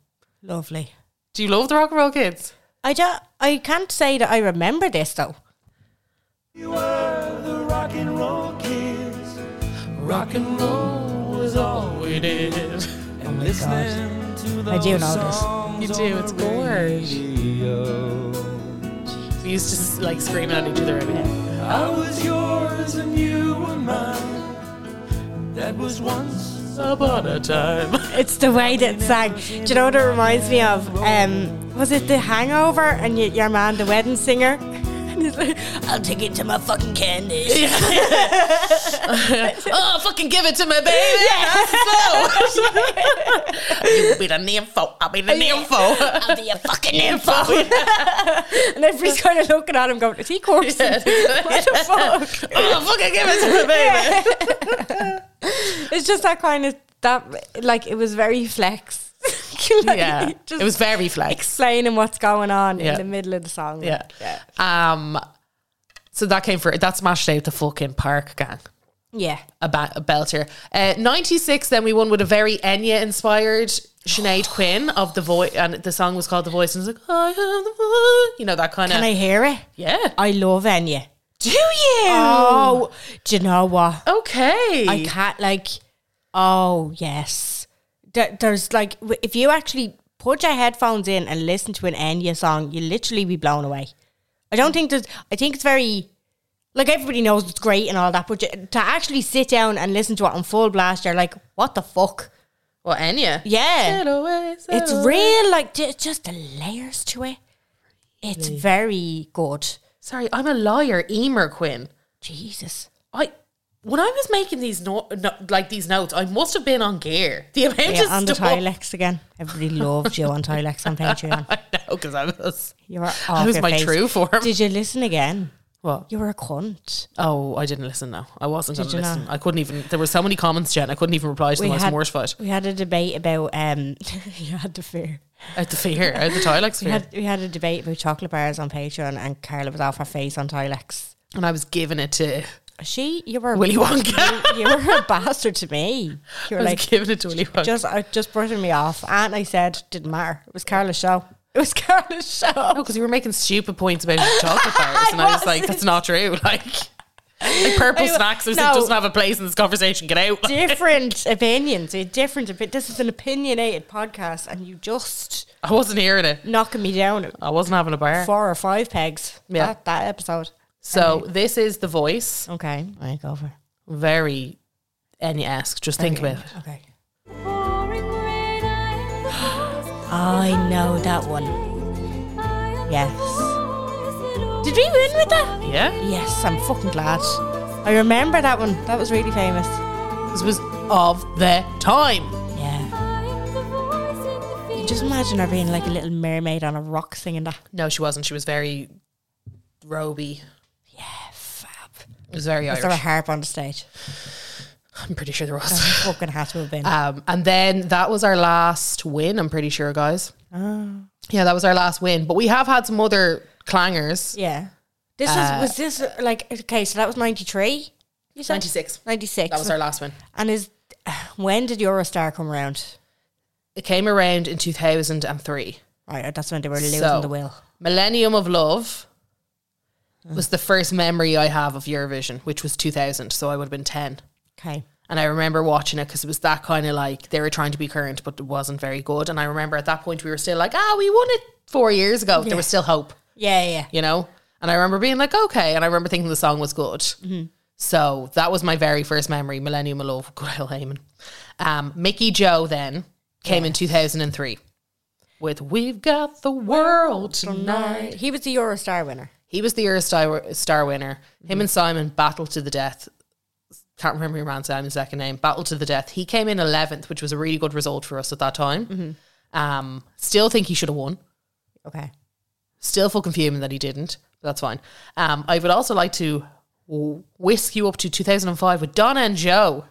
B: Lovely.
A: Do you love the Rock and Roll Kids?
B: I don't, I can't say that I remember this though.
D: You were the rock and roll kids. Rock and roll was all we did. And listening to the
B: I do know this.
A: You do, it's gorge. We used to s- like scream at each other. every day.
D: I was yours and you were mine. That was once upon a time.
B: It's the way that it sang. Do you know what it reminds me of? Um, was it The Hangover and y- your man, the wedding singer? And he's like, I'll take it to my fucking candy.
A: Oh, fucking give it to me, baby. You'll be the nympho. I'll be the nympho.
B: I'll be a fucking info. and everybody's kind of looking at him going, is he corpsing? what the fuck?
A: oh, fucking give it to me, baby.
B: it's just that kind of that like it was very flex. Like,
A: Yeah.
B: just
A: it was very flex.
B: explaining what's going on
A: Yeah.
B: in the middle of the song.
A: Yeah. Um, so that came for that smashed out the fucking park gang.
B: yeah.
A: A, ba- a belter. Uh, 96, then we won with a very Enya inspired Sinead Quinn of The Voice, and the song was called The Voice. And it's like, I am the voice, you know, that kind
B: Can
A: of.
B: I hear it?
A: yeah.
B: I love Enya.
A: Do you?
B: Oh, do you know what?
A: Okay.
B: I can't like. Oh yes, There- there's like w- if you actually put your headphones in and listen to an Enya song, you literally be blown away. I don't think there's. I think it's very. Like everybody knows it's great and all that, but you- to actually sit down and listen to it on full blast, you're like, "What the fuck?"
A: Well, Enya.
B: Yeah,
A: Sail away, sail
B: it's
A: away.
B: real. Like ju- just the layers to it. It's very good.
A: Sorry, I'm a liar, Emer Quinn.
B: Jesus,
A: I when I was making these no, no, like these notes, I must have been on gear. The amount
B: yeah,
A: of
B: on the
A: stuff.
B: Tilex again. Everybody loved you on Tilex on Patreon.
A: I know because I was.
B: You were off
A: I was
B: your
A: my
B: face.
A: true form.
B: Did you listen again?
A: What?
B: You were a cunt.
A: Oh, I didn't listen. No, I wasn't going
B: Did
A: to
B: you
A: listen.
B: not?
A: I couldn't even. There were so many comments, Jen. I couldn't even reply to them. I was mortified
B: we had a debate about um you had the fear.
A: at the fear, at the Tilex
B: We
A: fear,
B: had we had a debate about chocolate bars on Patreon and Carla was off her face on Tilex.
A: and I was giving it to.
B: She you were
A: Willy Wonka.
B: You, you were a bastard to me. You
A: I
B: were
A: was
B: like
A: giving it to Willy Wonka.
B: just uh, just brushing me off. And I said didn't matter. It was Carla's show. It was Carla's show.
A: No, because you were making stupid points about chocolate bars, and I was like, "That's not true." Like, like purple
B: I wa-
A: snacks. I was
B: no.
A: like, doesn't have a place in this conversation. Get out.
B: Different opinions. A different opi- this is an opinionated podcast and you just
A: I wasn't hearing it.
B: knocking me down
A: I wasn't having a bar.
B: four or five pegs.
A: Yeah.
B: That, that episode.
A: So this is the voice.
B: Okay. I go for
A: Very any esque. Just think about it.
B: Okay. I know that one. Yes. Did we win with that?
A: Yeah,
B: Yes, I'm fucking glad. I remember that one. That was really famous.
A: this was of the time.
B: Yeah. Just imagine her being like a little mermaid on a rock singing that.
A: No, she wasn't. She was very roby.
B: Fab.
A: It was very
B: Was there a
A: Irish.
B: harp on the stage?
A: I'm pretty sure there
B: That
A: was.
B: fucking had to have been.
A: Um, and then that was our last win. I'm pretty sure, guys.
B: Ah.
A: Yeah, that was our last win. But we have had some other clangers.
B: yeah. This
A: uh,
B: was, was this uh, like, okay, so that was 93? You said?
A: 96.
B: 96.
A: That was our last win.
B: And is when did Eurostar come round?
A: It came around in 2003.
B: Right, that's when they were losing
A: So,
B: the will.
A: Millennium of Love was the first memory I have of Eurovision, which was 2000. So I would have been 10.
B: Okay.
A: And I remember watching it because it was that kind of like they were trying to be current, but it wasn't very good. And I remember at that point we were still like, ah, we won it four years ago. There was still hope,
B: Yeah, yeah.
A: you know? And I remember being like, okay. And I remember thinking the song was good. So that was my very first memory, Millennium of Love, good old Heyman. Um, Mickey Joe then came in 2003 with We've Got the World Tonight.
B: He was the Eurostar winner.
A: He was the Eurostar star winner. Him and Simon battled to the death. Can't remember your man Simon's second name. Battled to the death. He came in eleventh, which was a really good result for us at that time. Um, still think he should have won.
B: Okay.
A: Still fucking fuming that he didn't. But that's fine. Um, I would also like to w- whisk you up to 2005 with Donna and Joe,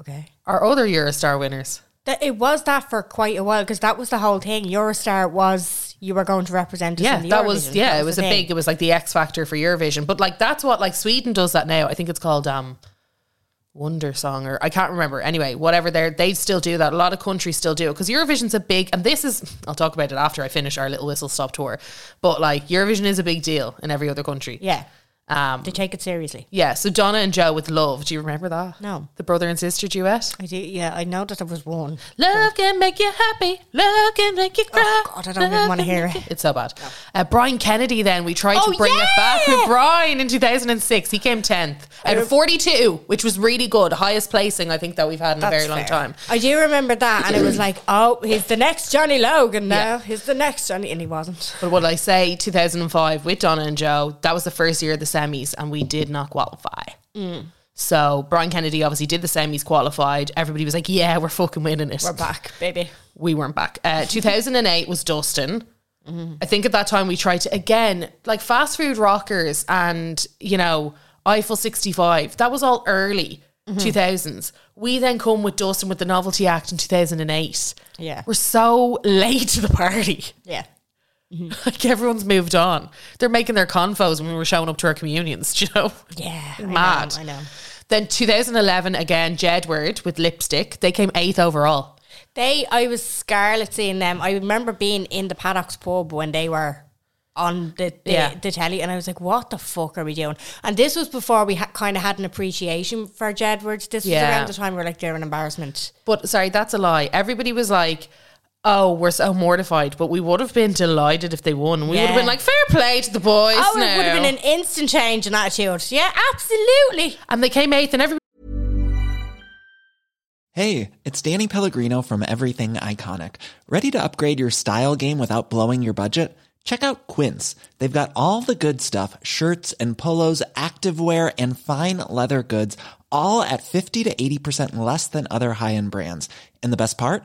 B: Okay.
A: our other Eurostar winners.
B: That it was that for quite a while because that was the whole thing. Eurostar was you were going to represent us.
A: yeah,
B: in the
A: that was
B: Eurovision.
A: yeah,
B: That
A: it was a
B: the thing.
A: big. It was like the X Factor for Eurovision, but like that's what like Sweden does that now. I think it's called um, Wonder Song or I can't remember. Anyway, whatever they they still do that. A lot of countries still do it because Eurovision's a big. And this is I'll talk about it after I finish our little whistle stop tour. But like Eurovision is a big deal in every other country.
B: Yeah,
A: Um.
B: they take it seriously.
A: Yeah. So Donna and Joe with love. Do you remember that?
B: No.
A: The brother and sister duet.
B: I do. Yeah, I know that there was one.
A: Love can make you happy. Love can make you cry.
B: Oh, God, I don't even
A: Love
B: wanna
A: can
B: hear
A: make
B: it.
A: you- It's so bad. Uh, Brian Kennedy. Then we tried
B: Oh,
A: to bring it back
B: yeah!
A: with Brian in 2006. He came 10th out of 42, which was really good, highest placing I think that we've had in a very long time.
B: I do remember that, and it was like, oh, he's the next Johnny Logan now.
A: Yeah.
B: He's the next Johnny, and he wasn't.
A: But what I say, 2005 with Donna and Joe, that was the first year of the semis, and we did not qualify.
B: Mm.
A: So Brian Kennedy obviously did the semis, qualified. Everybody was like, "Yeah, we're fucking winning it.
B: We're back, baby.
A: we weren't back. Uh, 2008 was Dustin. I think at that time we tried to again like fast food rockers and you know Eiffel 65. That was all early. 2000s. We then come with Dustin with the Novelty Act in 2008.
B: Yeah.
A: We're so late to the party.
B: Yeah.
A: Like everyone's moved on. They're making their confos when we were showing up to our communions, do you know?
B: Yeah. I know,
A: Mad.
B: I know.
A: Then 2011 again, Jedward with Lipstick. They came eighth overall.
B: They, I was scarlet seeing them. I remember being in the Paddocks pub when they were on the the,
A: Yeah.
B: the telly, and I was like, "What the fuck are we doing?" And this was before we ha- kind of had an appreciation for Jedwards. This
A: Yeah.
B: was around the time we were like, "They're an embarrassment."
A: But sorry, that's a lie. Everybody was like, "Oh, we're so mortified," but we would have been delighted if they won. We would have
B: Yeah.
A: been like, "Fair play to the boys."
B: oh, it
A: now."
B: would have been an instant change in attitude. Yeah, absolutely.
A: and they came eighth, and everybody.
C: Hey, it's Danny Pellegrino from Everything Iconic. Ready to upgrade your style game without blowing your budget? Check out Quince. They've got all the good stuff shirts and polos, activewear, and fine leather goods, all at 50 to 80% less than other high end brands. And the best part?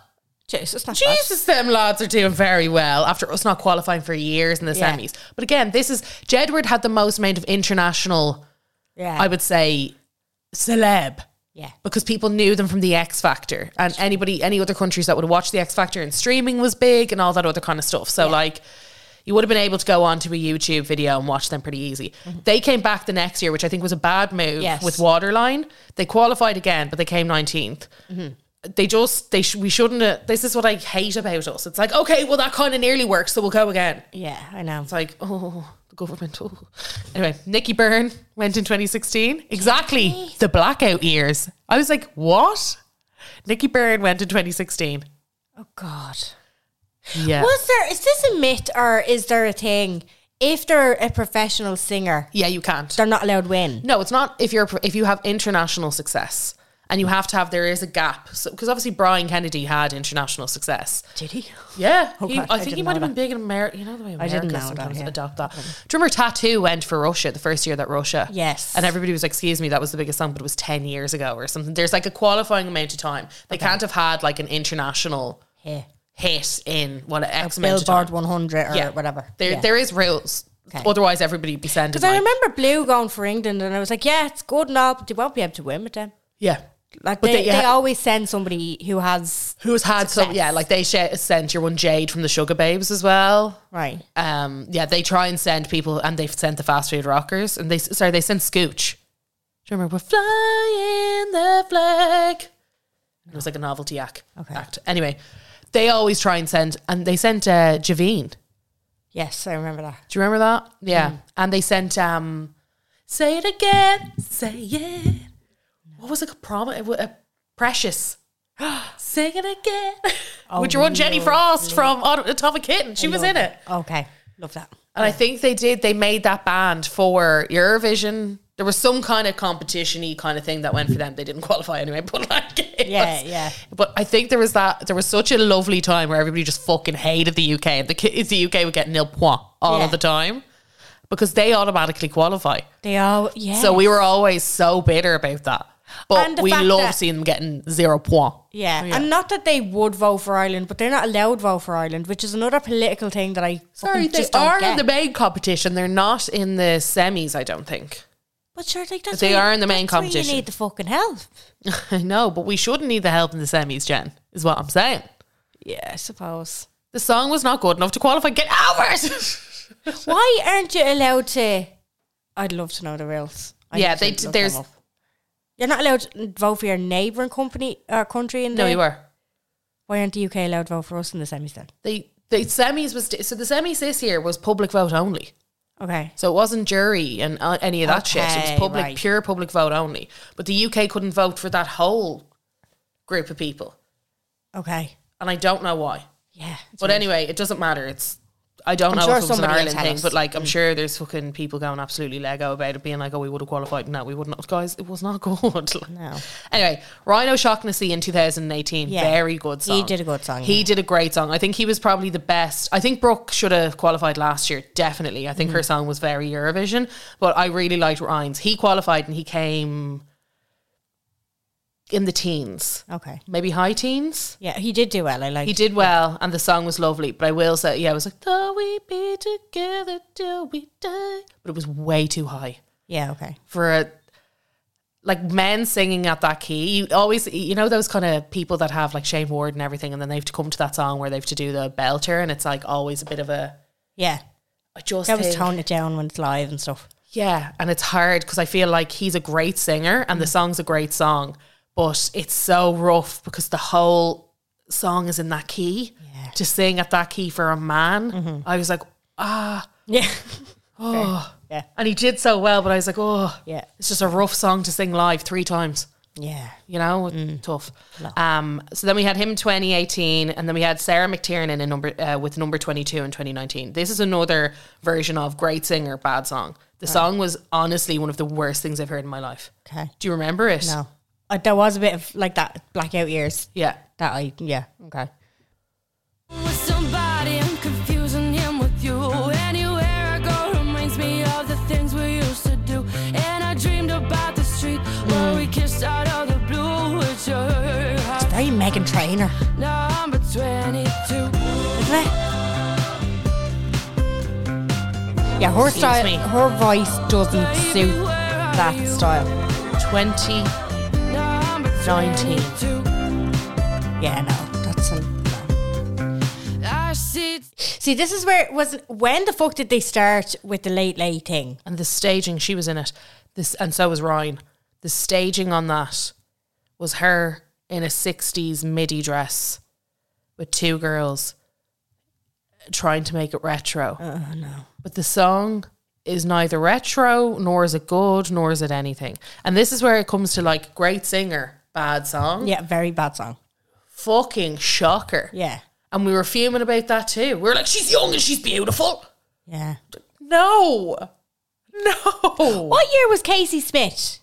B: Jesus, not bad.
A: Jesus, them lads are doing very well after us not qualifying for years in the
B: Yeah.
A: semis." But again, this is Jedward had the most amount of international,
B: Yeah,
A: I would say, celeb.
B: yeah.
A: because people knew them from the X Factor and anybody any other countries that would watch the X Factor and streaming was big and all that other kind of stuff. So like you would have been able to go onto a YouTube video and watch them pretty easy. They came back the next year, which I think was a bad move
B: Mm-hmm. Yes.
A: with Waterline. They qualified again, but they came 19th.
B: Mm-hmm.
A: They just they sh- we shouldn't. Have, this is what I hate about us. It's like okay, well that kind of nearly works, so we'll go again.
B: Yeah, I know.
A: It's like oh, the government. Oh. Anyway, Nikki Byrne went in 2016. Exactly the blackout years. I was like, what? Nikki Byrne went in 2016.
B: Oh God.
A: Yeah.
B: Was there? Is this a myth or is there a thing? If they're a professional singer,
A: Yeah, you can't.
B: they're not allowed to win.
A: No, it's not. If you're if you have international success and you have to have there is a gap because obviously Brian Kennedy had international success.
B: Did he?
A: Yeah,
B: Oh,
A: he-
B: God,
A: I
B: I
A: think he
B: didn't
A: might
B: know
A: have been
B: that.
A: big in America. You know the way America
B: didn't know that,
A: sometimes
B: yeah.
A: adopt that. Do you remember Tattoo went for Russia the first year that Russia?
B: Yes.
A: And everybody was like, "Excuse me, that was the biggest song, but it was ten years ago or something." There's like a qualifying amount of time. They can't have had like an international
B: Yeah.
A: hit in what X amount of
B: Billboard
A: time.
B: 100 or whatever.
A: There,
B: Yeah.
A: there is rules.
B: Okay.
A: Otherwise, everybody would be sending.
B: Because I
A: like-
B: remember Blue going for England, and I was like, "Yeah, it's good and all, but they won't be able to win with them."
A: yeah.
B: Like
A: But
B: they,
A: they-
B: they,
A: yeah.
B: always send somebody who has
A: Who's had some?
B: Success.
A: Yeah, like they sh- sent your one Jade from the Sugar Babes as well.
B: right.
A: um, yeah, they try and send people, and they've sent the fast food rockers, and they sorry, they sent Scooch. Do you remember we're flying the flag? It was like a novelty act.
B: Okay.
A: Act. Anyway, they always try and send, and they sent uh, Javine.
B: Yes, I remember that.
A: Do you remember that? Yeah, and they sent um, say it again, say it. What was it? A promise? It wa- a precious. Sing it again. With your own Jenny Frost from Auto- Atomic Kitten. She was in it.
B: Okay, love that.
A: And I think they did. They made that band for Eurovision. There was some kind of competition-y kind of thing that went for them. They didn't qualify anyway, but like, it
B: Yeah,
A: was-
B: yeah.
A: But I think there was that. There was such a lovely time where everybody just fucking hated the UK, and the kids, the UK would get nil point all
B: Yeah.
A: of the time because they automatically qualify.
B: They all yeah.
A: So we were always so bitter about that. But
B: And the
A: we
B: fact
A: love
B: that-
A: seeing them getting zero point.
B: yeah. and not that they would vote for Ireland, but they're not allowed to vote for Ireland, which is another political thing that I
A: Sorry,
B: fucking
A: they
B: just don't
A: are
B: get.
A: in the main competition. They're not in the semis. I don't think.
B: But sure, like
A: But
B: that's
A: they
B: why-
A: are in the main
B: that's why
A: competition.
B: You need the fucking help.
A: I know, but we shouldn't need the help in the semis, Jen, is what I'm saying.
B: Yeah, I suppose.
A: The song was not good enough to qualify. Get over it!
B: Why aren't you allowed to? I'd love to know the rules. I
A: Yeah,
B: need to
A: they-
B: look them
A: there's-
B: up. You're not allowed to vote for your neighbouring company or country in
A: no,
B: the-
A: you were.
B: Why aren't the UK allowed to vote for us in the semis then?
A: The, the semis was. So the semis this year was public vote only.
B: Okay.
A: So it wasn't jury and uh, any of that shit. It
B: Okay,
A: was public,
B: right.
A: pure public vote only. But the UK couldn't vote for that whole group of people,
B: Okay.
A: and I don't know why.
B: Yeah.
A: But anyway, it doesn't matter. It's I don't
B: I'm
A: know
B: sure
A: if it was an
B: somebody will
A: Ireland
B: tell
A: thing,
B: us.
A: but like I'm sure there's fucking people going absolutely Lego about it, being like, "Oh, we would have qualified." No, we wouldn't. have. Guys, it was not good. Like-
B: No.
A: Anyway, Rhino Shocknessy in 2018,
B: Yeah.
A: very good
B: He
A: song.
B: did a good song,
A: He
B: yeah.
A: did a great song. I think he was probably the best. I think Brooke should have qualified last year, definitely. I think her song was very Eurovision, but I really liked Ryan's. He qualified and he came in the teens,
B: Okay.
A: maybe high teens.
B: Yeah, he did do well. I like.
A: He did well, and the song was lovely. But I will say, yeah, I was like, "Though we be together till we die," but it was way too high
B: Yeah. Okay.
A: for a, like men singing at that key. You always, you know, those kind of people that have like Shane Ward and everything, and then they have to come to that song where they have to do the belter, and it's like always a bit of a.
B: Yeah.
A: I just
B: They always
A: think-
B: tone it down when it's live and stuff.
A: yeah, and it's hard because I feel like he's a great singer and the song's a great song, but it's so rough because the whole song is in that key. To sing at that key for a man, I was like, ah,
B: Yeah.
A: oh.
B: Yeah.
A: And he did so well, but I was like, oh,
B: Yeah.
A: it's just a rough song to sing live three times
B: Yeah.
A: you know,
B: Mm.
A: tough. Um, so then we had him in 2018, and then we had Sarah McTiernan in number uh, with number 22 in 2019. This is another version of great singer, bad song. The song was honestly one of the worst things I've heard in my life.
B: Okay.
A: Do you remember it?
B: No. Uh, there was a bit of like that blackout years
A: Yeah.
B: that I yeah okay
E: with somebody, I'm confusing him with you. Anywhere I go reminds me of the things we used to do. And I dreamed about the street where we kissed out of the blue with your
B: it's
E: house.
B: very Megan Trainer
E: Number 22.
B: isn't it yeah her style
A: me.
B: her voice doesn't suit that style
A: 2019.
E: Number 22.
B: yeah no that's a,
E: I see
B: see this is where it was when the fuck did they start with the late late thing
A: And the staging, she was in it. This And so was Ryan. The staging on that was her in a 60s midi dress with two girls trying to make it retro.
B: oh no
A: but the song is neither retro nor is it good nor is it anything. And this is where it comes to like great singer, bad song,
B: yeah very bad song
A: fucking shocker.
B: yeah
A: And we were fuming about that too. We were like, she's young and she's beautiful.
B: yeah
A: No,
E: Oh.
A: no.
B: what year was Casey Smith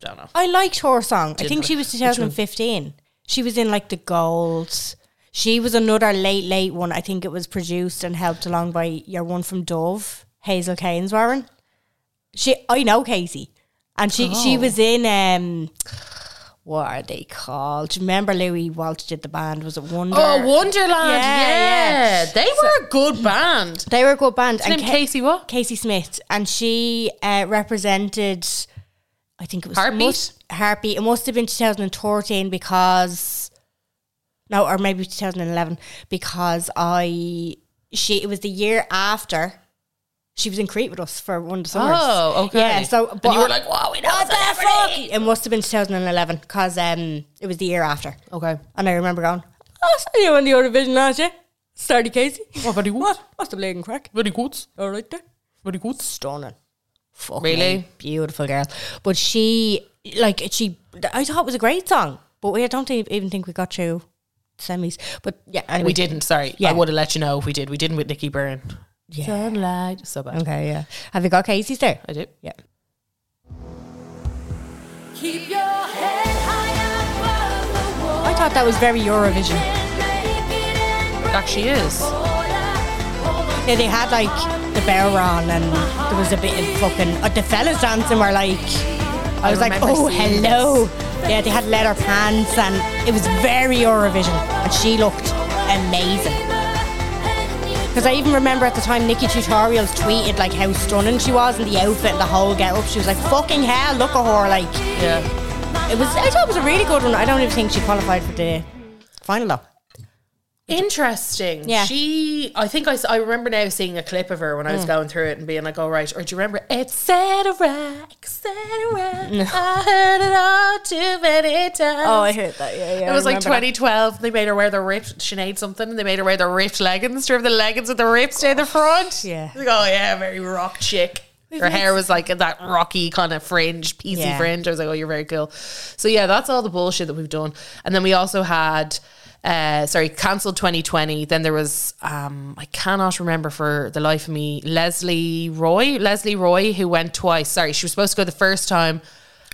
A: Don't know.
B: I liked her song. I
A: Didn't
B: think
A: I?
B: she was
A: Which one?
B: 2015. She was in like the Golds. She was another late, late one. I think it was produced and helped along by your one from Dove, Hazel Keynes Warren. She, I know Casey, and she she
A: Oh.
B: was in um, what are they called? Do you remember Louis Walsh did the band? Was it Wonder?
A: Oh, Wonderland. Yeah,
B: Yeah, yeah.
A: they were a good band.
B: They were a good band.
A: Name
B: Ca-
A: Casey what?
B: Casey Smith, and she uh, represented. I think it was
A: Heartbeat?
B: must- Heartbeat. It must have been 2013 because, no, or maybe 2011 because I she it was the year after. She was in Crete with us for one of the summers.
A: Oh, okay.
B: Yeah, so
A: And
B: but
A: you were
B: I-
A: like, "Wow, we know
B: what the fuck?
A: celebrity."
B: It must have been 2011 because um, it was the year after,
A: Okay.
B: and I remember going, "Oh, so you won the Eurovision last year, Stardy Casey?
A: Oh, very good.
B: What's the bleeding crack?
A: Very good.
B: All right there."
A: Very good.
B: stunning. Fuck
A: Really?
B: me, beautiful girl. But she, like, she, I thought it was a great song, but we I don't think, even think we got through semis. But yeah, anyway.
A: We didn't, sorry.
B: Yeah.
A: I would have let you know if we did. We didn't with Nikki Byrne.
B: Yeah.
A: Sunlight. So bad.
B: Okay, yeah. Have you got Casey's there?
A: I do.
B: Yeah.
E: Keep your head high above the water.
B: I thought that was very Eurovision.
A: It actually is.
B: Yeah, they had like the bell on, and there was a bit of fucking. Uh, the fellas dancing were like, I was like,
A: remember
B: oh
A: seeing
B: hello. Yeah, they had leather pants, and it was very Eurovision, and she looked amazing. Because I even remember at the time Nikki Tutorials tweeted like how stunning she was in the outfit and the whole get up. She was like, fucking hell, look at her. Like,
A: Yeah.
B: it was, I thought it was a really good one. I don't even think she qualified for the final though.
A: Interesting.
B: Yeah.
A: She, I think I, s- I remember now seeing a clip of her when I was going through it and being like, all right, or do you remember, et cetera, et cetera. I heard it all too many times.
B: Oh, I heard that. Yeah, yeah.
A: It was
B: I
A: like
B: remember that.
A: 2012. They made her wear the ripped Sinead something. and They made her wear the ripped leggings. Do you remember the leggings with the rips down the front?
B: yeah.
A: Like, oh yeah, very rock chick. Her hair was like that rocky kind of fringe, peasy
B: Yeah.
A: fringe. I was like, oh, you're very cool. So yeah, that's all the bullshit that we've done. And then we also had, uh, sorry, cancelled 2020. Then there was, um, I cannot remember for the life of me, Leslie Roy, Leslie Roy, who went twice. Sorry, she was supposed to go the first time.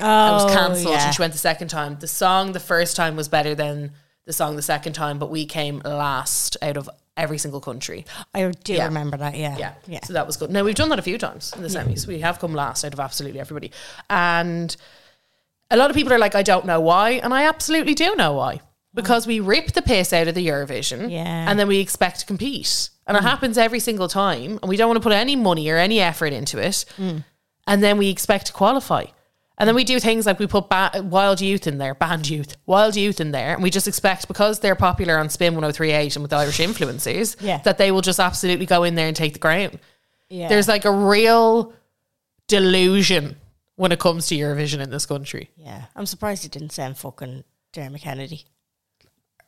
A: I was cancelled
B: Oh, yeah.
A: and she went the second time. The song the first time was better than the song the second time, but we came last out of every single country.
B: I do
A: Yeah.
B: remember that. Yeah.
A: Yeah.
B: Yeah.
A: So that was good. Now we've done that a few times in the semis. We have come last out of absolutely everybody. And a lot of people are like, I don't know why. And I absolutely do know why. Because we rip the piss out of the Eurovision.
B: Yeah. Mm.
A: And then we expect to compete. And it happens every single time. And we don't want to put any money or any effort into it.
B: Mm.
A: And then we expect to qualify. And then we do things like we put ba- wild youth in there, band youth, wild youth in there, and we just expect because they're popular on Spin 1038 and with the Irish influencers
B: Yeah.
A: that they will just absolutely go in there and take the crown.
B: yeah.
A: There's like a real delusion when it comes to Eurovision in this country.
B: Yeah. I'm surprised you didn't send fucking Jeremy Kennedy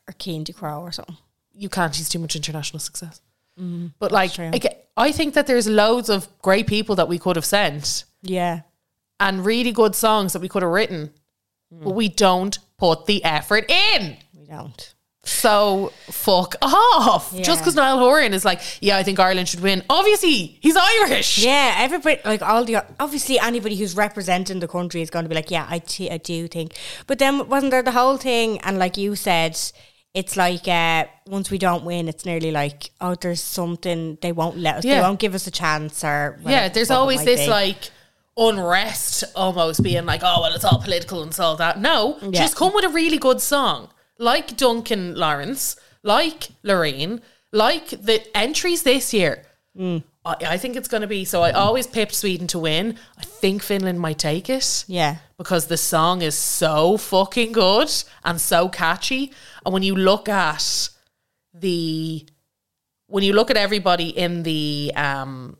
B: or Keen to Crow or something.
A: You can't, he's too much international success. but like,
B: Mm-hmm. true.
A: aga- I think that there's loads of great people that we could have sent
B: Yeah.
A: and really good songs that we could have written,
B: Mm.
A: but we don't put the effort in.
B: We don't.
A: So fuck off. Just
B: Yeah.
A: because Niall Horan is like, yeah, I think Ireland should win. Obviously, he's Irish.
B: Yeah, everybody, like all the, obviously anybody who's representing the country is going to be like, yeah, I, t- I do think. But then wasn't there the whole thing? And like you said, it's like uh, once we don't win, it's nearly like, oh, there's something they won't let us,
A: Yeah.
B: they won't give us a chance or.
A: Yeah,
B: whatever
A: there's
B: the fuck it
A: always
B: might
A: this
B: be.
A: like unrest almost being like, oh, well, it's all political and it's all that. No,
B: Yeah.
A: just come with a really good song like Duncan Lawrence, like Lorraine, like the entries this year.
B: Mm.
A: I, I think it's going to be so. I always pipped Sweden to win. I think Finland might take it.
B: Yeah.
A: because the song is so fucking good and so catchy. And when you look at the when you look at everybody in the um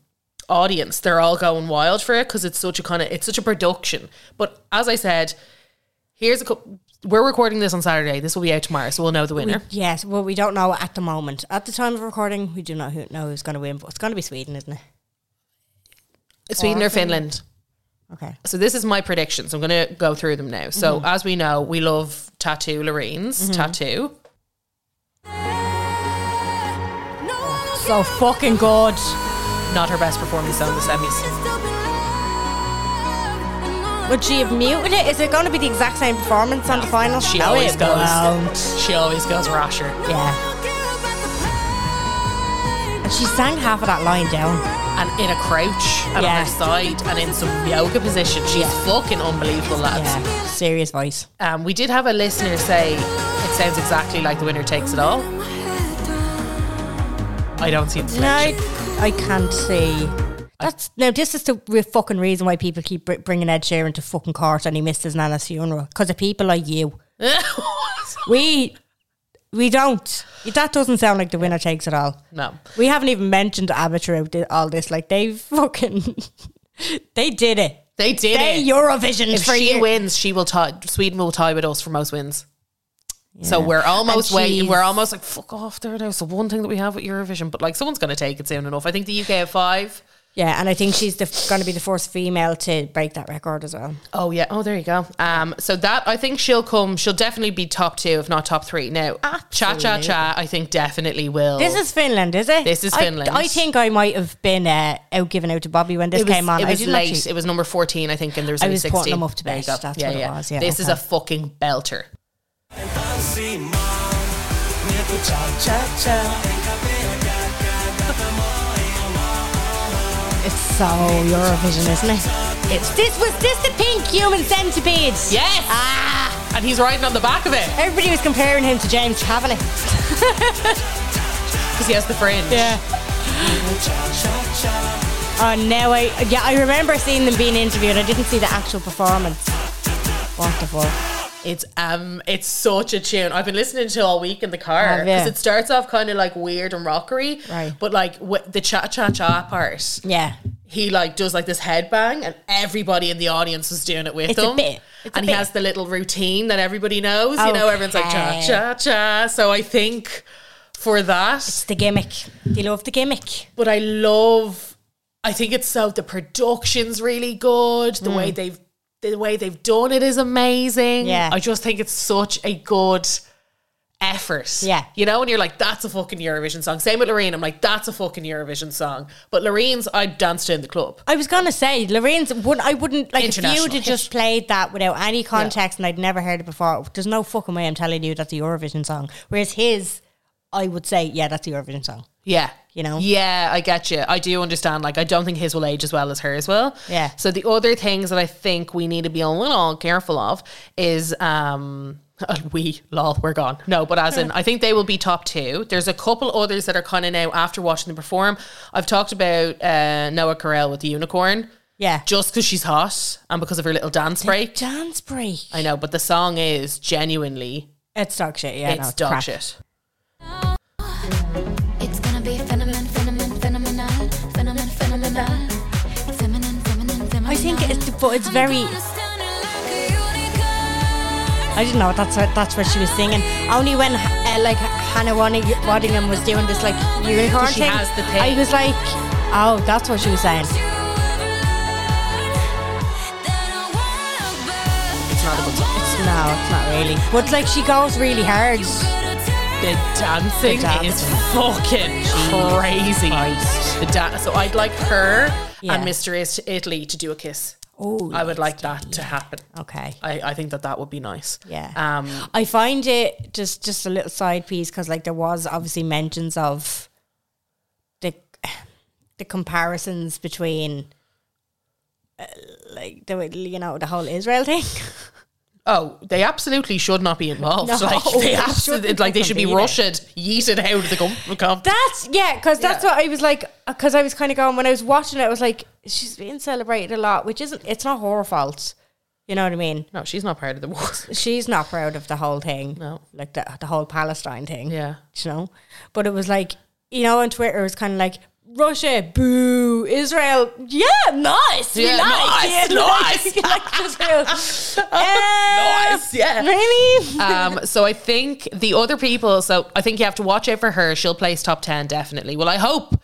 A: audience, they're all going wild for it because it's such a kind of it's such a production. But as I said, here's a cou- we're recording this on Saturday. This will be out tomorrow, so we'll know the winner.
B: Yes, well, we don't know at the moment. At the time of recording, we do not who- know who's going to win, but it's going to be Sweden, isn't it?
A: Sweden or Finland.
B: Okay.
A: so this is my predictions. I'm going to go through them now.
B: Mm-hmm.
A: So as we know, we love Tattoo Lorraine's Tattoo.
B: So fucking good.
A: Not her best performance on the semis.
B: Would she have muted it? Is it going to be the exact same performance on the final?
A: She
B: No,
A: always
B: it
A: goes.
B: won't.
A: She always goes rasher.
B: Yeah. And she sang half of that line down.
A: and in a crouch and on
B: Yeah.
A: her side and in some yoga position. She's fucking unbelievable, lads.
B: Yeah. Serious voice.
A: Um, we did have a listener say it sounds exactly like The Winner Takes It All. I don't see the
B: No,
A: connection.
B: I, I can't see. That's no. This is the real fucking reason why people keep br- bringing Ed Sheeran to fucking court, and he missed his nana's funeral because of people like you. We, we don't. That doesn't sound like the winner takes it all.
A: no.
B: We haven't even mentioned ABBA throughout thi- all this. Like they fucking, they did it.
A: They did
B: They
A: it.
B: Eurovision
A: If
B: for
A: she
B: you.
A: wins, she will tie. Sweden will tie with us for most wins. So we're almost
B: And
A: waiting.
B: she's-
A: We're almost like fuck off there now. So one thing that we have with Eurovision, but like someone's going to take it soon enough. I think the UK have five.
B: Yeah, and I think she's going to be the first female to break that record as well.
A: Oh yeah. Oh, there you go. Um, so that I think she'll come. She'll definitely be top two, if not top three. Now, cha cha cha. I think definitely will.
B: This is Finland, is it?
A: Oh. This is
B: I-
A: Finland.
B: I, think I might have been uh, out giving out to Bobby when this
A: it was,
B: came on.
A: It
B: I
A: was
B: didn't
A: late.
B: actually-
A: it was number fourteen, I think, and there was
B: I
A: only
B: was putting
A: sixteen.
B: them up to
A: There you
B: bed.
A: go.
B: That's what it was, yeah,
A: this is a
B: okay.
A: fucking belter.
B: It's so Eurovision, isn't it? It's this was this the pink human centipede.
A: Yes. Ah. And he's riding on the back of it
B: Everybody was comparing him to James Cavalier.
A: because he has the fringe.
B: Yeah. Oh no! I yeah, I remember seeing them being interviewed. I didn't see the actual performance. What the fuck?
A: It's um, it's such a tune. I've been listening to it all week in the car
B: Have ya?
A: because it starts off kind of like weird and rockery,
B: Right.
A: But like wh- the cha cha cha part,
B: Yeah.
A: he like does like this headbang, and everybody in the audience is doing it with
B: It's a
A: him.
B: bit. It's a
A: and he
B: bit. Oh,
A: has the little routine that everybody knows. You know, everyone's like cha
B: Okay.
A: cha cha. So I think for that,
B: It's the gimmick. They love the gimmick.
A: but I love. I think it's so the production's really good. The way they've the way they've done it is amazing.
B: Mm. Yeah.
A: I just think it's such a good effort.
B: Yeah.
A: you know, and you're like, that's a fucking Eurovision song. Same with Loreen. I'm like, that's a fucking Eurovision song. But Loreen's, I danced to in the club.
B: I was gonna say Lorraine's. Would I wouldn't like if
A: International
B: you'd have
A: hit.
B: just played that without any context and I'd never heard it before. There's no fucking way I'm telling you that's a Eurovision song. Whereas his, I would say, yeah, that's a Eurovision song.
A: Yeah.
B: You know?
A: Yeah, I get you. I do understand. Like, I don't think his will age as well as hers will.
B: Yeah.
A: So the other things that I think we need to be a little careful of is um we lol we're gone no but as in i think they will be top two there's a couple others that are kind of now after watching them perform i've talked about uh noah carell with the unicorn
B: Yeah,
A: just because she's hot and because of her little dance break
B: dance break.
A: i know but the song is genuinely
B: It's dog shit. Yeah,
A: it's
B: no,
A: dog
B: crap.
A: shit
E: It's gonna be phenomenon, phenomenon, phenomenon, phenomenon, phenomenon. Feminine, feminine, feminine.
B: I think it's, but it's very. I didn't know that's what, that's what she was singing. Only when uh, like Hannah Wadding- Waddingham was doing this like unicorn
A: She
B: thing,
A: has the thing.
B: I was like, oh, that's what she was saying.
E: It's not a good song.
B: It's, no, it's not really. But like she goes really hard.
A: The dancing
B: The dance.
A: is fucking crazy. The da- so I'd like her
B: Yeah.
A: and Mr. Is- Italy to do a kiss.
B: Oh,
A: I would like that to happen.
B: Okay.
A: I, I think that that would be nice.
B: Yeah.
A: Um,
B: I find it just just a little side piece because like there was obviously mentions of the the comparisons between uh, like the way- you know the whole Israel thing.
A: oh, they absolutely should not be involved.
B: No,
A: like they
B: they
A: absolutely,
B: shouldn't
A: like they should be
B: fucking be
A: rushed, yeeted out of the com- com-
B: That's yeah, because that's what I was like. Because I was kind of going when I was watching it, I was like, she's being celebrated a lot, which isn't. It's not her fault. You know what I mean?
A: No, she's not part of the war.
B: She's not proud of the whole thing.
A: No.
B: like the the whole Palestine thing.
A: Yeah.
B: you know. But it was like you know on Twitter it was kind of like Russia boo Israel yeah nice we
A: Yeah,
B: like,
A: nice, nice.
B: like, like Israel Eh,
A: Nice, yeah.
B: really
A: Um, so I think the other people, so I think you have to watch out for her. She'll place top 10, definitely. Well, I hope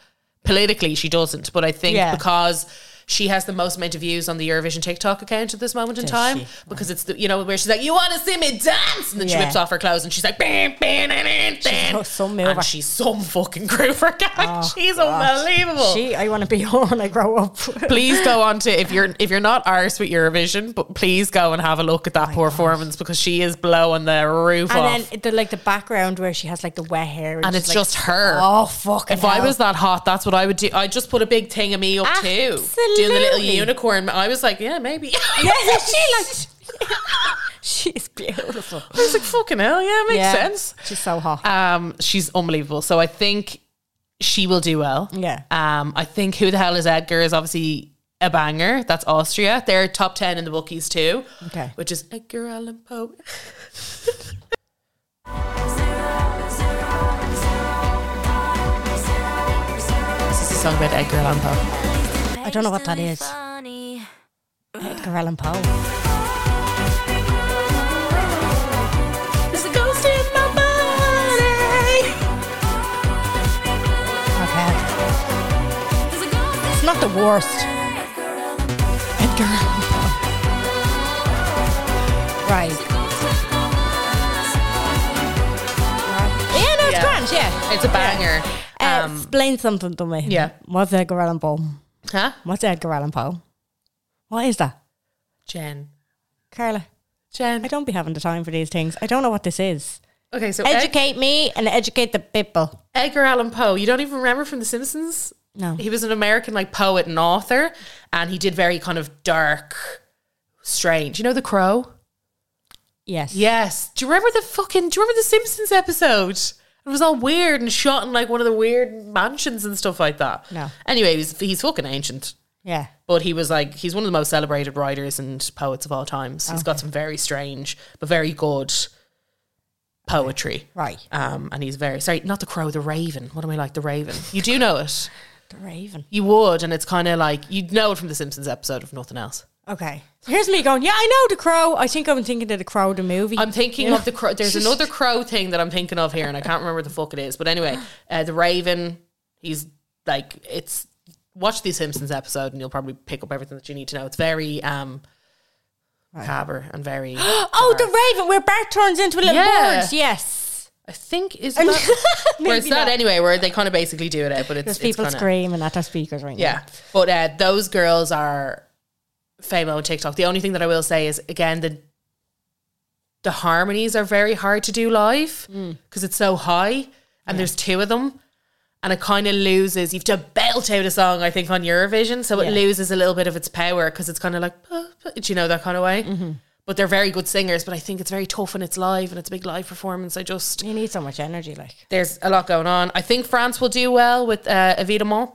A: politically she doesn't, but I think
B: Yeah.
A: because she has the most amount of views on the Eurovision TikTok account at this moment in time, because it's the, you know, where she's like, you want to see me dance? And then she
B: Yeah.
A: whips off her clothes and she's like, bam, bam, bam, bam.
B: got some mover.
A: and she's some fucking groover, guy. she's unbelievable.
B: Oh, she I want to be her when I grow up
A: Please go on to if you're if you're not arse with Eurovision, but please go and have a look at that performance because she is blowing the roof off.
B: Oh and then the like the background where she has like the wet hair
A: and
B: she's
A: it's
B: like,
A: just her.
B: oh fuck
A: If I was that hot, that's what I would do. I just put a big thing of me up too, doing the little
B: Absolutely.
A: unicorn. I was like, yeah, maybe.
B: yeah she like she's beautiful
A: I was like, fucking hell, yeah, makes
B: Yeah.
A: sense.
B: she's so hot
A: Um, she's unbelievable. So I think she will do well.
B: Yeah.
A: Um, I think who the hell is Edgar is obviously a banger. That's Austria. They're top ten in the bookies too.
B: Okay.
A: Which is Edgar Allan Poe. This is a song about Edgar Allan Poe.
B: I don't know what that is Edgar Allan Poe
A: There's a ghost in my body.
B: okay it's not the worst Edgar Allan Poe right yeah no it's
A: Yeah.
B: grand yeah
A: It's a banger.
B: Uh,
A: Um,
B: explain something to me
A: yeah.
B: what's Edgar Allan Poe
A: huh?
B: what's Edgar Allan Poe what is that
A: Jen.
B: Carla
A: Jen.
B: I don't be having the time for these things. I don't know what this is.
A: Okay, so Ed-
B: Educate me and educate the people.
A: Edgar Allan Poe. You don't even remember from The Simpsons?
B: No.
A: He was an American like poet and author, and he did very kind of dark, strange. You know The Crow?
B: Yes.
A: Yes. Do you remember the fucking? Do you remember the Simpsons episode? It was all weird and shot in like one of the weird mansions and stuff like that.
B: No.
A: Anyway, he's he's fucking ancient.
B: Yeah.
A: But he was like, he's one of the most celebrated writers and poets of all times. He's got some very strange, but very good poetry.
B: Right.
A: Um, and he's very, sorry, not the crow, the raven. What am I like? The raven. You do know it.
B: The Raven.
A: You would. And it's kind of like, you'd know it from the Simpsons episode, if nothing else.
B: Okay. So here's me going, yeah, I know The Crow. I think I'm thinking of The Crow, the movie.
A: I'm thinking of the crow. There's another crow thing that I'm thinking of here, and I can't remember what the fuck it is. But anyway, uh, the Raven. He's like it's. Watch the Simpsons episode, and you'll probably pick up everything that you need to know. It's very um, macabre and very.
B: Oh, The Raven, where Bart turns into a little
A: Yeah.
B: bird. Yes.
A: I think is that where it's
B: Maybe
A: that
B: not.
A: anyway, where they kind of basically do it out, but it's
B: There's
A: it's
B: people
A: kinda-
B: screaming at their speakers right
A: Yeah, but uh, those girls are famo on TikTok. The only thing that I will say is again the the harmonies are very hard to do live because it's so high and there's two of them. And it kind of loses. You have to belt out a song, I think, on Eurovision, so it loses a little bit of its power because it's kind of like, "Puh, puh," do you know that kind of way? But they're very good singers. But I think it's very tough and it's live and it's a big live performance. I just
B: now. You need so much energy, like.
A: there's a lot going on. I think France will do well with uh, Evita Mon,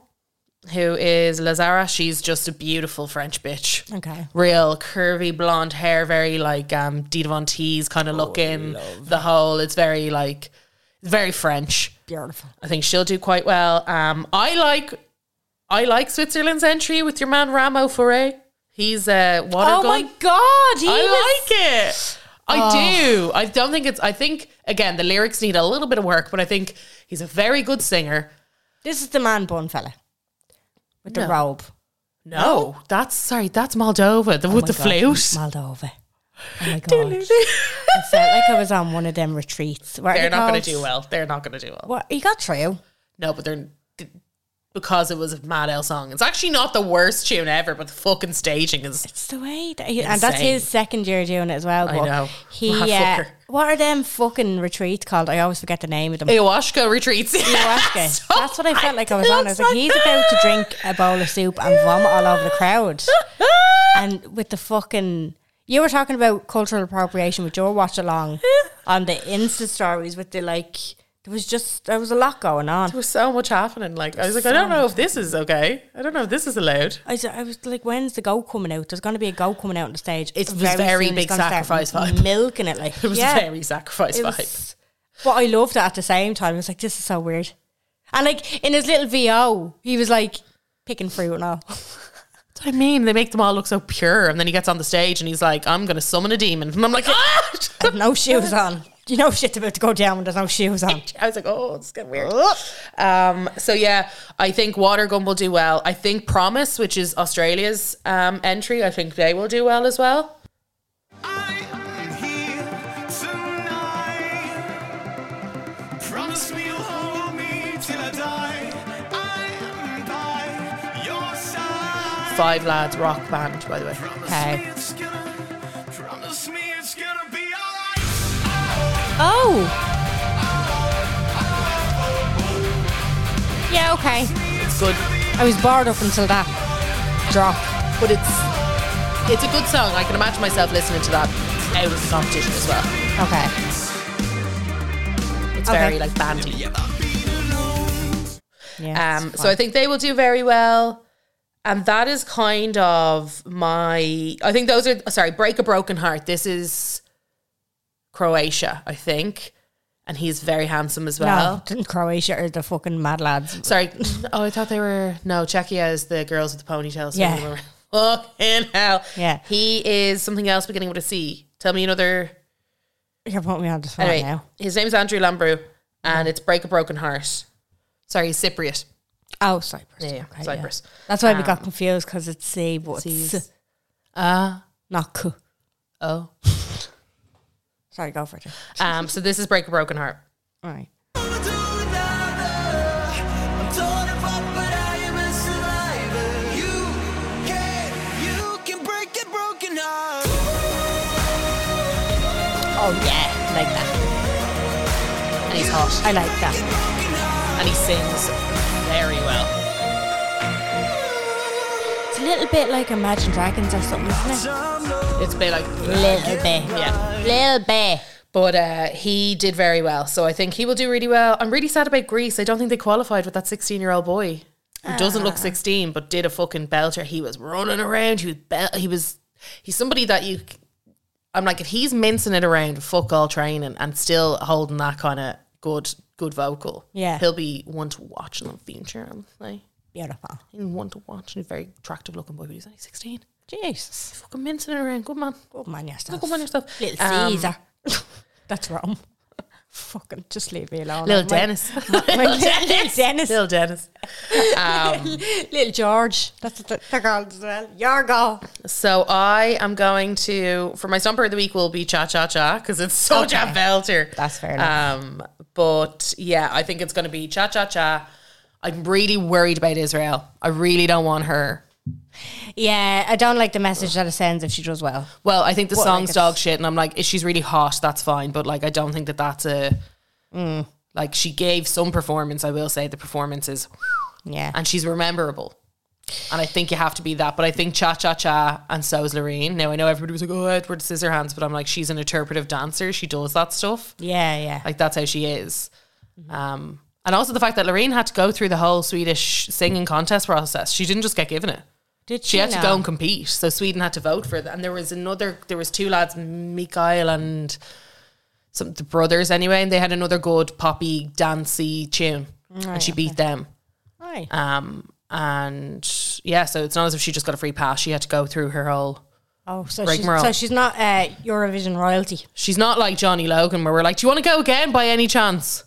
A: who is Lazara. She's just a beautiful French bitch.
B: Okay.
A: Real curvy blonde hair, very like um, Dita Von Teese kind of
B: Oh,
A: looking. The whole, it's very like, very French.
B: Beautiful.
A: I think she'll do quite well. Um, I like, I like Switzerland's entry with your man Ramo Foray. He's uh, a water
B: Oh
A: gun.
B: my God. He
A: I
B: was- Oh.
A: like it. I do. I don't think it's. I think again the lyrics need a little bit of work, but I think he's a very good singer.
B: This is the man bun fella with the
A: No.
B: robe.
A: No, that's sorry. That's Moldova. The, with the flute.
B: Oh Moldova. Oh my God. I felt like I was on one of them retreats. What are
A: they're
B: they
A: not going
B: called?
A: to do well. They're not going to do well.
B: What? He got through.
A: No, but they're because it was a Mad L song. It's actually not the worst tune ever, but the fucking staging is.
B: It's the way that he, and that's
A: Insane.
B: his second year doing it as well.
A: I
B: but
A: know.
B: He,
A: Mad
B: uh,
A: fucker.
B: what are them fucking retreats called? I always forget the name of them.
A: Ayahuasca retreats.
B: Ayahuasca.
A: So
B: That's what I felt like I was on. I was
A: looks
B: like, he's about to drink a bowl of soup and vomit all over the crowd. And with the fucking, you were talking about cultural appropriation with your watch along on the Insta stories with the like, there was just, there was a lot going on.
A: There was so much happening. Like I was like, I don't know if this is okay. I don't know if this is allowed.
B: I was, I was like, when's the goat coming out? There's going to be a goat coming out on the stage.
A: It was very
B: soon it's
A: big
B: gonna start
A: sacrifice vibe.
B: Milking it like.
A: It was
B: yeah.
A: very sacrifice
B: It
A: vibe.
B: was- But I loved it at the same time. I was like, this is so weird. And like in his little VO, he was like picking fruit and all.
A: That's what I mean. They make them all look so pure, and then he gets on the stage and he's like, "I'm going to summon a demon," and I'm like, "Ah!"
B: With no shoes on. You know shit's about to go down when there's no shoes on.
A: I was like, "Oh, it's getting weird." Um, so yeah, I think Watergun will do well. I think Promise, which is Australia's um, entry, I think they will do well as well.
D: I'm here tonight. Promise me you'll hold me till I die. I am by your side.
A: Five Lads rock band, by the way.
B: Okay.
D: It's gonna, promise me it's gonna be alright.
B: Oh. Yeah, okay.
A: It's good,
B: I was bored up until that drop.
A: but it's it's a good song. I can imagine myself listening to that out of the competition as well.
B: Okay.
A: It's
B: Okay.
A: very like bandy.
B: Yeah.
A: Um, so I think they will do very well. And that is kind of my. I think those are. Sorry, Break a Broken Heart. This is Croatia, I think. And he's very handsome as well.
B: no, didn't Croatia or the fucking mad lads.
A: Sorry. Oh, I thought they were. No, Czechia is the girls with the ponytails.
B: Yeah.
A: They were- Fucking hell.
B: Yeah.
A: He is something else beginning with a C. Tell me another.
B: You're putting me on the spot
A: Anyway,
B: now.
A: his name's Andrew Lambrew, and it's Break a Broken Heart. Sorry, he's Cypriot.
B: Oh, Cyprus.
A: Yeah,
B: Okay,
A: Cyprus. Um,
B: That's why we got confused because it's C, but it's
A: C's.
B: S,
A: Ah.
B: not K.
A: oh.
B: Sorry, go for it.
A: Um, so this is Break a Broken Heart.
B: All right. Oh yeah, like that.
A: And he's hot.
B: I like that.
A: and he sings very well.
B: It's a little bit like Imagine Dragons or something, isn't it?
A: It's a bit like,
B: Little bit,
A: yeah.
B: little bit.
A: But uh, he did very well, so I think he will do really well. I'm really sad about Greece. I don't think they qualified with that 16 year old boy. who doesn't look 16 but did a fucking belter. He was running around. He was bel- he was he's somebody that you. I'm like if he's mincing it around, fuck all training, and still holding that kind of good good vocal.
B: Yeah.
A: he'll be one to watch in the future. I'm like
B: Beautiful.
A: he's one to watch. He's a very attractive looking boy, but he's only 16.
B: Jesus.
A: Fucking mincing it around, good man.
B: Good man yourself.
A: Good man yourself.
B: Little
A: Um,
B: Caesar. That's wrong. Fucking just leave me alone.
A: Little
B: My-
A: Dennis.
B: my- little Dennis.
A: Little Dennis. Um,
B: Little George. That's what they're called as well. Yargo.
A: So I am going to for my stumper of the week will be cha cha cha because it's such a belter.
B: That's fair enough.
A: Um, but yeah, I think it's going to be cha cha cha. I'm really worried about Israel. I really don't want her.
B: Yeah, I don't like the message that it sends if she does well.
A: Well, I think the
B: Well, like
A: song's
B: it's-
A: dog shit, and I'm like, if she's really hot, that's fine. But like, I don't think that that's a
B: Mm.
A: like she gave some performance. I will say the performance is
B: Yeah.
A: and she's rememberable. And I think you have to be that. But I think Cha Cha Cha and so is Loreen. Now I know everybody was like, oh, Edward Scissorhands, but I'm like, she's an interpretive dancer. She does that stuff.
B: yeah, yeah.
A: Like that's how she is. Um, and also the fact that Loreen had to go through the whole Swedish singing contest process. She didn't just get given it.
B: Did
A: She had to
B: know?
A: go and compete. So Sweden had to vote for it. And there was another there was two lads, Mikael and some the brothers anyway, and they had another good poppy dancey tune. and she beat them.
B: Right.
A: Um, and yeah, so it's not as if she just got a free pass. She had to go through her whole.
B: oh, so
A: Break
B: she's,
A: Merle.
B: so she's not uh, Eurovision royalty.
A: She's not like Johnny Logan, where we're like, "Do you want to go again by any chance?"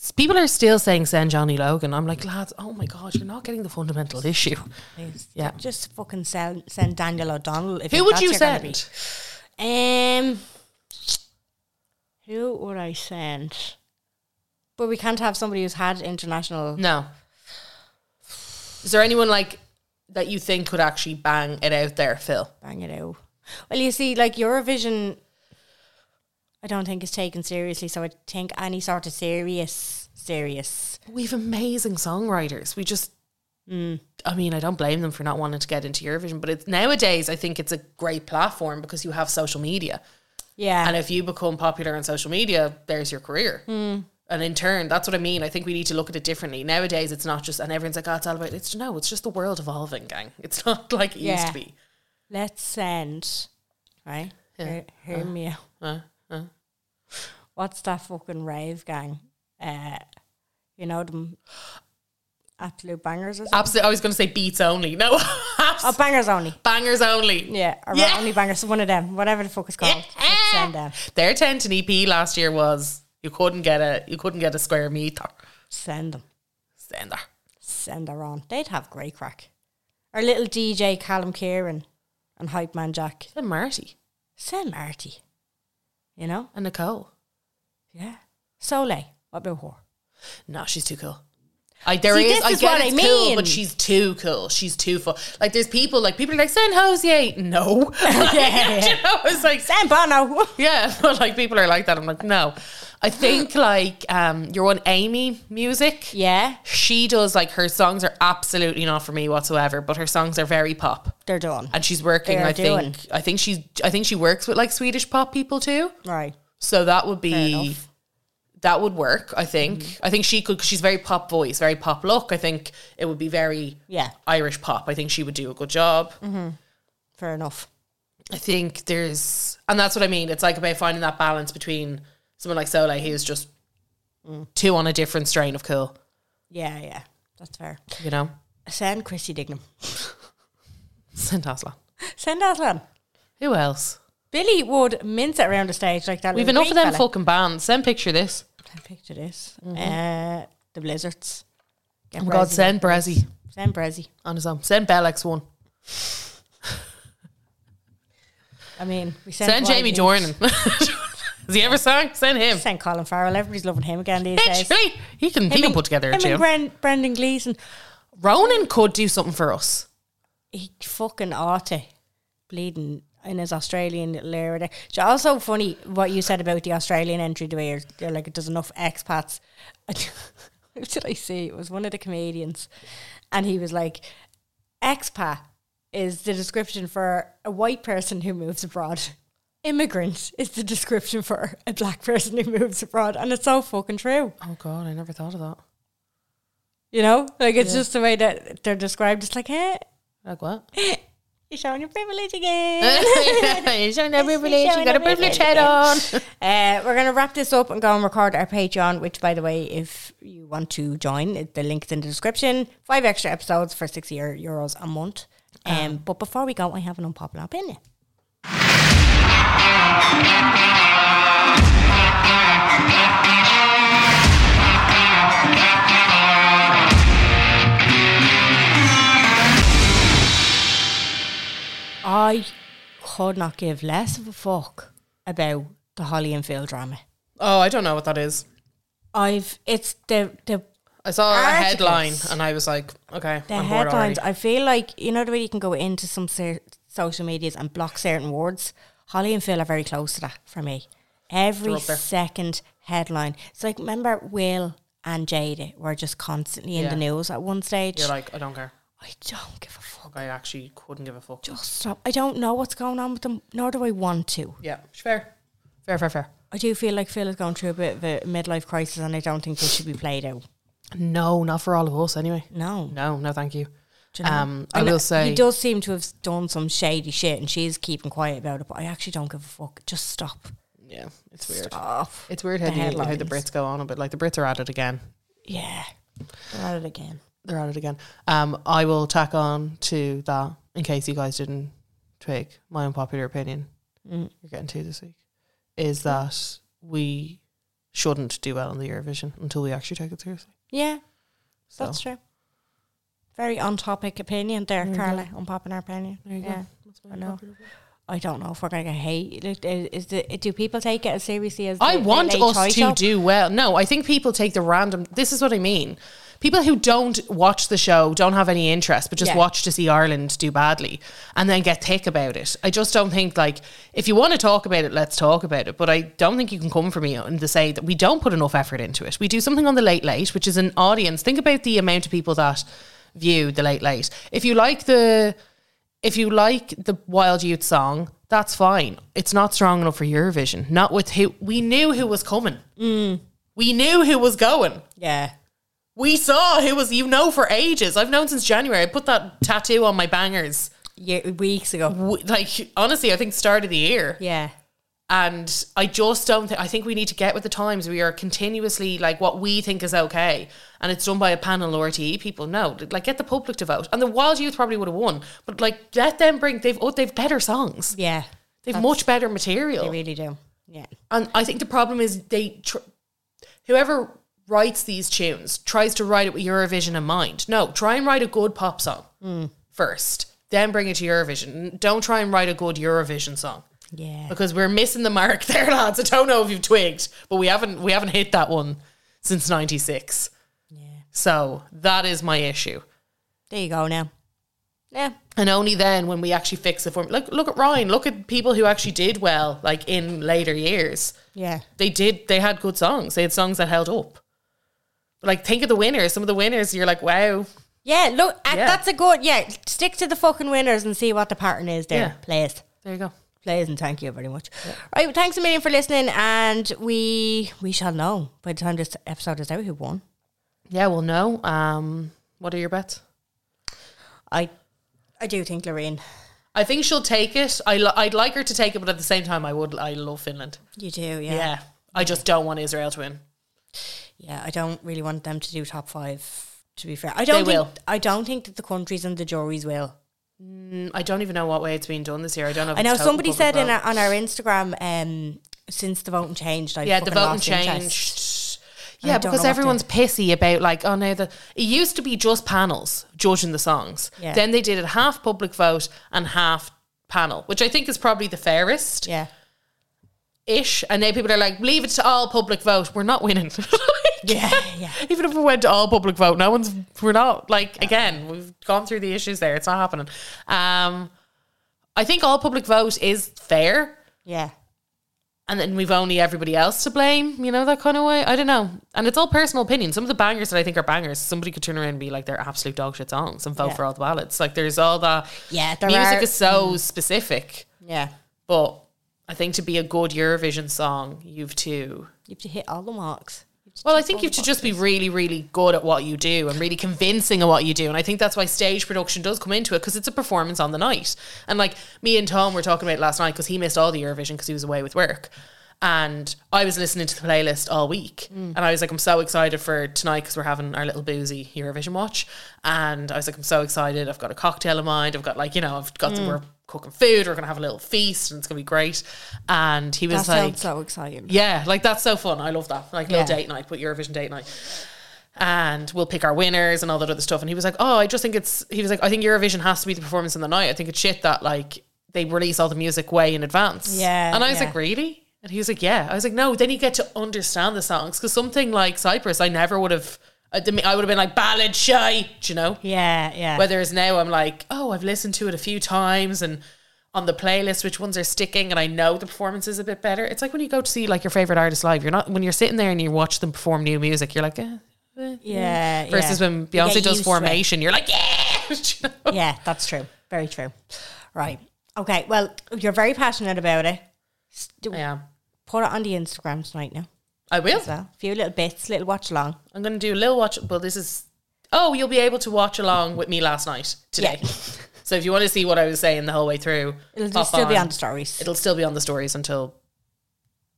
A: S- People are still saying send Johnny Logan. I'm like, lads, oh my god, you're not getting the fundamental issue. Yeah.
B: Just fucking send, send Daniel O'Donnell. If
A: Who would
B: that's
A: you
B: your gonna be.
A: send?
B: Um, who would I send? But we can't have somebody who's had international.
A: No. Is there anyone like that you think could actually bang it out there, Phil?
B: Bang it out. Well, you see, like Eurovision, I don't think is taken seriously. So I think any sort of serious, serious.
A: We've amazing songwriters. We just, I mean, I don't blame them for not wanting to get into Eurovision, but it's nowadays I think it's a great platform because you have social media.
B: Yeah.
A: And if you become popular on social media, there's your career. And in turn, that's what I mean. I think we need to look at it differently. Nowadays, it's not just, and everyone's like, oh, it's all about, it's no, it's just the world evolving, gang. It's not like it used
B: Yeah.
A: to be.
B: Let's send. Right? Hear, hear me out. What's that fucking rave gang? Uh, you know them absolute bangers or something?
A: Absolutely. I was going to say beats only. No,
B: oh, bangers only.
A: bangers only.
B: Yeah, or
A: Yeah.
B: only bangers. One of them, whatever the fuck it's called. Let's send them.
A: Their 10 to EP last year was you couldn't get a, you couldn't get a square meter.
B: Send them.
A: Send her.
B: Send her on. They'd have great crack. Our little DJ Callum Kieran and Hype Man Jack.
A: Send Marty
B: Send Marty. You know?
A: and Nicole.
B: Yeah. Soleil. What about her?
A: No, she's too cool. I, there
B: See,
A: is-
B: this
A: I
B: is
A: get
B: what
A: it's
B: I
A: cool, but
B: mean.
A: she's too cool. She's too full. Like, there's people, like, people are like, send Hosier. No. Like,
B: Yeah.
A: You know, it's like,
B: Send Bono.
A: yeah, but like, people are like that. I'm like, no. I think, like, um, your one Amy music.
B: yeah,
A: She does, like, her songs are absolutely not for me whatsoever, but her songs are very pop.
B: they're done.
A: and she's working.
B: They are
A: I think.
B: doing.
A: I think she's. I think she works with like Swedish pop people too.
B: Right.
A: So that would be.
B: enough. Mm-hmm.
A: That would work. I think. I think she could. 'cause she's very pop voice, very pop look. I think it would be very
B: Yeah. Mm-hmm.
A: Irish pop. I think she would do a good job.
B: Fair enough.
A: I think there's, and that's what I mean. It's like about finding that balance between someone like Soleil who's just
B: Mm.
A: two on a different strain of cool.
B: Yeah, yeah. That's fair.
A: You know,
B: Send Chrissy Dignam.
A: send Aslan.
B: Send Aslan.
A: Who else?
B: Billy would mince it around the stage like that.
A: We've
B: little
A: enough of them
B: Greek
A: fucking bands. Send picture this.
B: fella. I picture this. Uh, the Blizzards. Get
A: Mm-hmm. Oh my God,
B: Brezzy.
A: send Brezzy
B: Send Brezzy.
A: on his own. Send Bellex one.
B: I mean, we
A: Send
B: send,
A: Jamie Dornan. Has he ever sung? Send him.
B: Send Colin Farrell. Everybody's loving him again these days.
A: Literally, he can he
B: Him
A: can
B: and-
A: put together a
B: him and
A: tune.
B: Bren- Brendan Gleeson.
A: Ronan could do something for us.
B: he fucking ought to bleeding in his Australian little area there. It's also funny what you said about the Australian entry the way you're, you're like there's enough expats. Who did I see? It was one of the comedians and he was like expat is the description for a white person who moves abroad. Immigrant is the description for a black person who moves abroad and it's so fucking true.
A: Oh God, I never thought of that.
B: You know, like it's just the way that they're described. It's like, hey,
A: Like what?
B: you're showing your privilege again.
A: You're showing a privilege. You got a privilege head on.
B: Uh, we're going to wrap this up and go and record our Patreon, which, by the way, if you want to join, it, the link's in the description. Five extra episodes for 60 eu- euros a month. Um, but before we go, I have an unpopular opinion. I could not give less of a fuck about the Holly and Phil drama.
A: Oh, I don't know what that is.
B: I've it's the the
A: I saw a
B: Articles.
A: headline and I was like, okay,
B: the
A: I'm bored
B: headlines.
A: already.
B: I feel like you know the way you can go into some cer- social medias and block certain words. Holly and Phil are very close to that for me.
A: They're
B: Every
A: up there.
B: second headline. It's like remember Will and Jada were just constantly in the
A: Yeah.
B: news at one stage.
A: You're like, I don't care.
B: I don't give a fuck.
A: I actually couldn't give a fuck.
B: Just stop. I don't know what's going on with them, nor do I want to.
A: Yeah, fair, fair, fair, fair.
B: I do feel like Phil is going through a bit of a midlife crisis, and I don't think this should be played out.
A: No, not for all of us anyway.
B: No.
A: No, no, thank you.
B: Do you know?
A: Um, I
B: And
A: will say,
B: he does seem to have done some shady shit, and she's keeping quiet about it. But I actually don't give a fuck. Just stop.
A: yeah, it's weird.
B: Stop.
A: It's weird how
B: The
A: the, how the
B: headlines.
A: Brits go on a bit. Like the Brits are at it again.
B: Yeah, They're at it again.
A: They're at it again. Um, I will tack on to that in case you guys didn't twig my unpopular opinion.
B: Mm.
A: You're getting two this week. Is that we shouldn't do well in the Eurovision until we actually take it seriously.
B: Yeah,
A: So
B: that's true. Very on topic opinion there, Carla. Unpopular opinion. There you yeah. go. I know. I don't know if we're gonna get hate. Like, i- Is the do people take it as seriously as
A: I
B: the
A: want
B: LA Toy
A: us to
B: Show?
A: do well. No, I think people take the random. This is what I mean. People who don't watch the show don't have any interest, but just
B: Yeah.
A: watch to see Ireland do badly and then get thick about it. I just don't think like if you want to talk about it, let's talk about it. But I don't think you can come for me and to say that we don't put enough effort into it. We do something on the Late Late, which is an audience. Think about the amount of people that view the Late Late. If you like the if you like the Wild Youth song, that's fine. It's not strong enough for Eurovision. Not with who we knew who was coming. We knew who was going.
B: Yeah.
A: We saw who was you know for ages. I've known since January. I put that tattoo on my bangers.
B: Yeah, weeks ago.
A: W- Like honestly, I think start of the year.
B: Yeah.
A: And I just don't think I think we need to get with the times. We are continuously like what we think is okay. And it's done by a panel or RTE E people. No, like get the public to vote. And the Wild Youth probably would have won. But like let them bring they've oh, they've better songs.
B: Yeah.
A: They've
B: That's-
A: much better
B: They
A: material.
B: really do. Yeah.
A: And I think the problem is they, tr- whoever writes these tunes tries to write it with Eurovision in mind. No, try and write a good pop song first, then bring it to Eurovision. Don't try and write a good Eurovision song
B: Yeah.
A: because we're missing the mark there, lads. I don't know if you've twigged, but we haven't we haven't hit that one since '96. So that is my issue.
B: There you go now. Yeah.
A: And only then when we actually fix the form. Look, look at Ryan. Look at people who actually did well, like in later years.
B: Yeah.
A: they did they had good songs they had songs that held up like think of the winners some of the winners you're like wow
B: Yeah, look, uh,
A: Yeah.
B: that's a good. Yeah, stick to the fucking winners and see what the pattern is there.
A: Yeah.
B: Please,
A: there you go
B: please, and thank you very much. Right, well, thanks a million for listening, and we we shall know by the time this episode is out who won.
A: yeah well no um what are your bets
B: I I do think Lorraine.
A: i think she'll take it I li- i'd like her to take it but at the same time i would i love finland
B: You do, yeah.
A: yeah, i just don't want israel to win
B: Yeah, I don't really want them to do top five. To be fair, I don't.
A: They
B: think,
A: will.
B: I don't think that the countries and the juries will.
A: Mm, i don't even know what way it's been done this year i don't know if
B: I know
A: it's total
B: somebody
A: public
B: said in
A: vote.
B: our, on our Instagram, um, since the voting changed, I
A: yeah the voting
B: fucking lost interest.
A: changed
B: And I
A: yeah,
B: don't
A: because
B: know what
A: everyone's pissy about like, oh no, the it used to be just panels judging the songs.
B: Yeah.
A: Then they did it half public vote and half panel, which I think is probably the fairest
B: Yeah,
A: ish. And then people are like, leave it to all public vote. We're not winning.
B: yeah, yeah.
A: Even if we went to all public vote, no one's we're not like again, we've gone through the issues there. It's not happening. Um I think all public vote is fair
B: yeah.
A: and then we've only everybody else to blame, you know, that kind of way. I don't know. And it's all personal opinion. Some of the bangers that I think are bangers, somebody could turn around and be like, they're absolute dog shit songs and vote
B: Yeah.
A: for all the ballots. Like, there's all that.
B: Yeah, there
A: Music
B: are-
A: is so specific.
B: Yeah.
A: But I think to be a good Eurovision song, you've to.
B: You have to hit all the marks. You have
A: Well, I think you have to just be really, really good at what you do and really convincing at what you do. And I think that's why stage production does come into it because it's a performance on the night. And like me and Tom were talking about it last night because he missed all the Eurovision because he was away with work. And I was listening to the playlist all week.
B: Mm.
A: And I was like, I'm so excited for tonight because we're having our little boozy Eurovision watch. And I was like, I'm so excited. I've got a cocktail in mind. I've got like, you know, I've got
B: Mm.
A: some, we're cooking food. We're going to have a little feast and it's going to be great. And he
B: That
A: was like,
B: sounds so exciting.
A: yeah, like that's so fun. I love that. Like little
B: Yeah.
A: date night, but Eurovision date night. And we'll pick our winners and all that other stuff. And he was like, Oh, I just think it's he was like, I think Eurovision has to be the performance in the night. I think it's shit that like they release all the music way in advance.
B: Yeah,
A: And I was
B: yeah.
A: like, Really? And he was like, Yeah. I was like, No, then you get to understand the songs. Cause something like Cyprus, I never would have I didn't- I would have been like ballad shy, do you know?
B: Yeah, yeah.
A: Whereas now I'm like, oh, I've listened to it a few times and on the playlist which ones are sticking and I know the performance is a bit better. It's like when you go to see like your favorite artist live, you're not when you're sitting there and you watch them perform new music, you're like, eh.
B: yeah, yeah.
A: Mm. versus when
B: You get
A: Beyonce
B: used
A: does
B: to it.
A: formation, you're like, yeah. Do you know?
B: Yeah, that's true. Very true. Right. Okay. Well, you're very passionate about it. S- do-
A: Yeah.
B: Put it on the Instagram tonight now.
A: I will.
B: as well. A few little bits, little watch along.
A: I'm gonna do a little watch well, this is oh, you'll be able to watch along with me last night today.
B: Yeah.
A: so if you want to see what I was saying the whole way through,
B: It'll just
A: pop
B: still be on the stories.
A: It'll still be on the stories until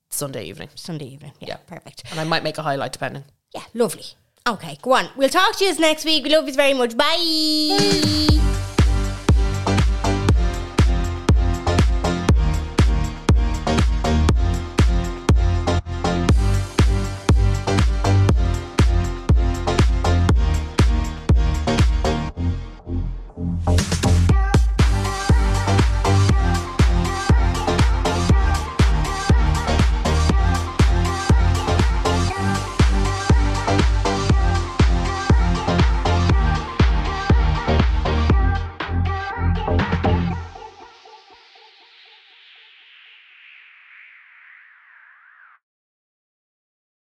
A: Sunday evening.
B: Sunday evening. Yeah,
A: Yeah.
B: perfect.
A: And I might make a highlight depending.
B: Yeah, lovely. Okay, go on. We'll talk to you next week. We love you very much. Bye.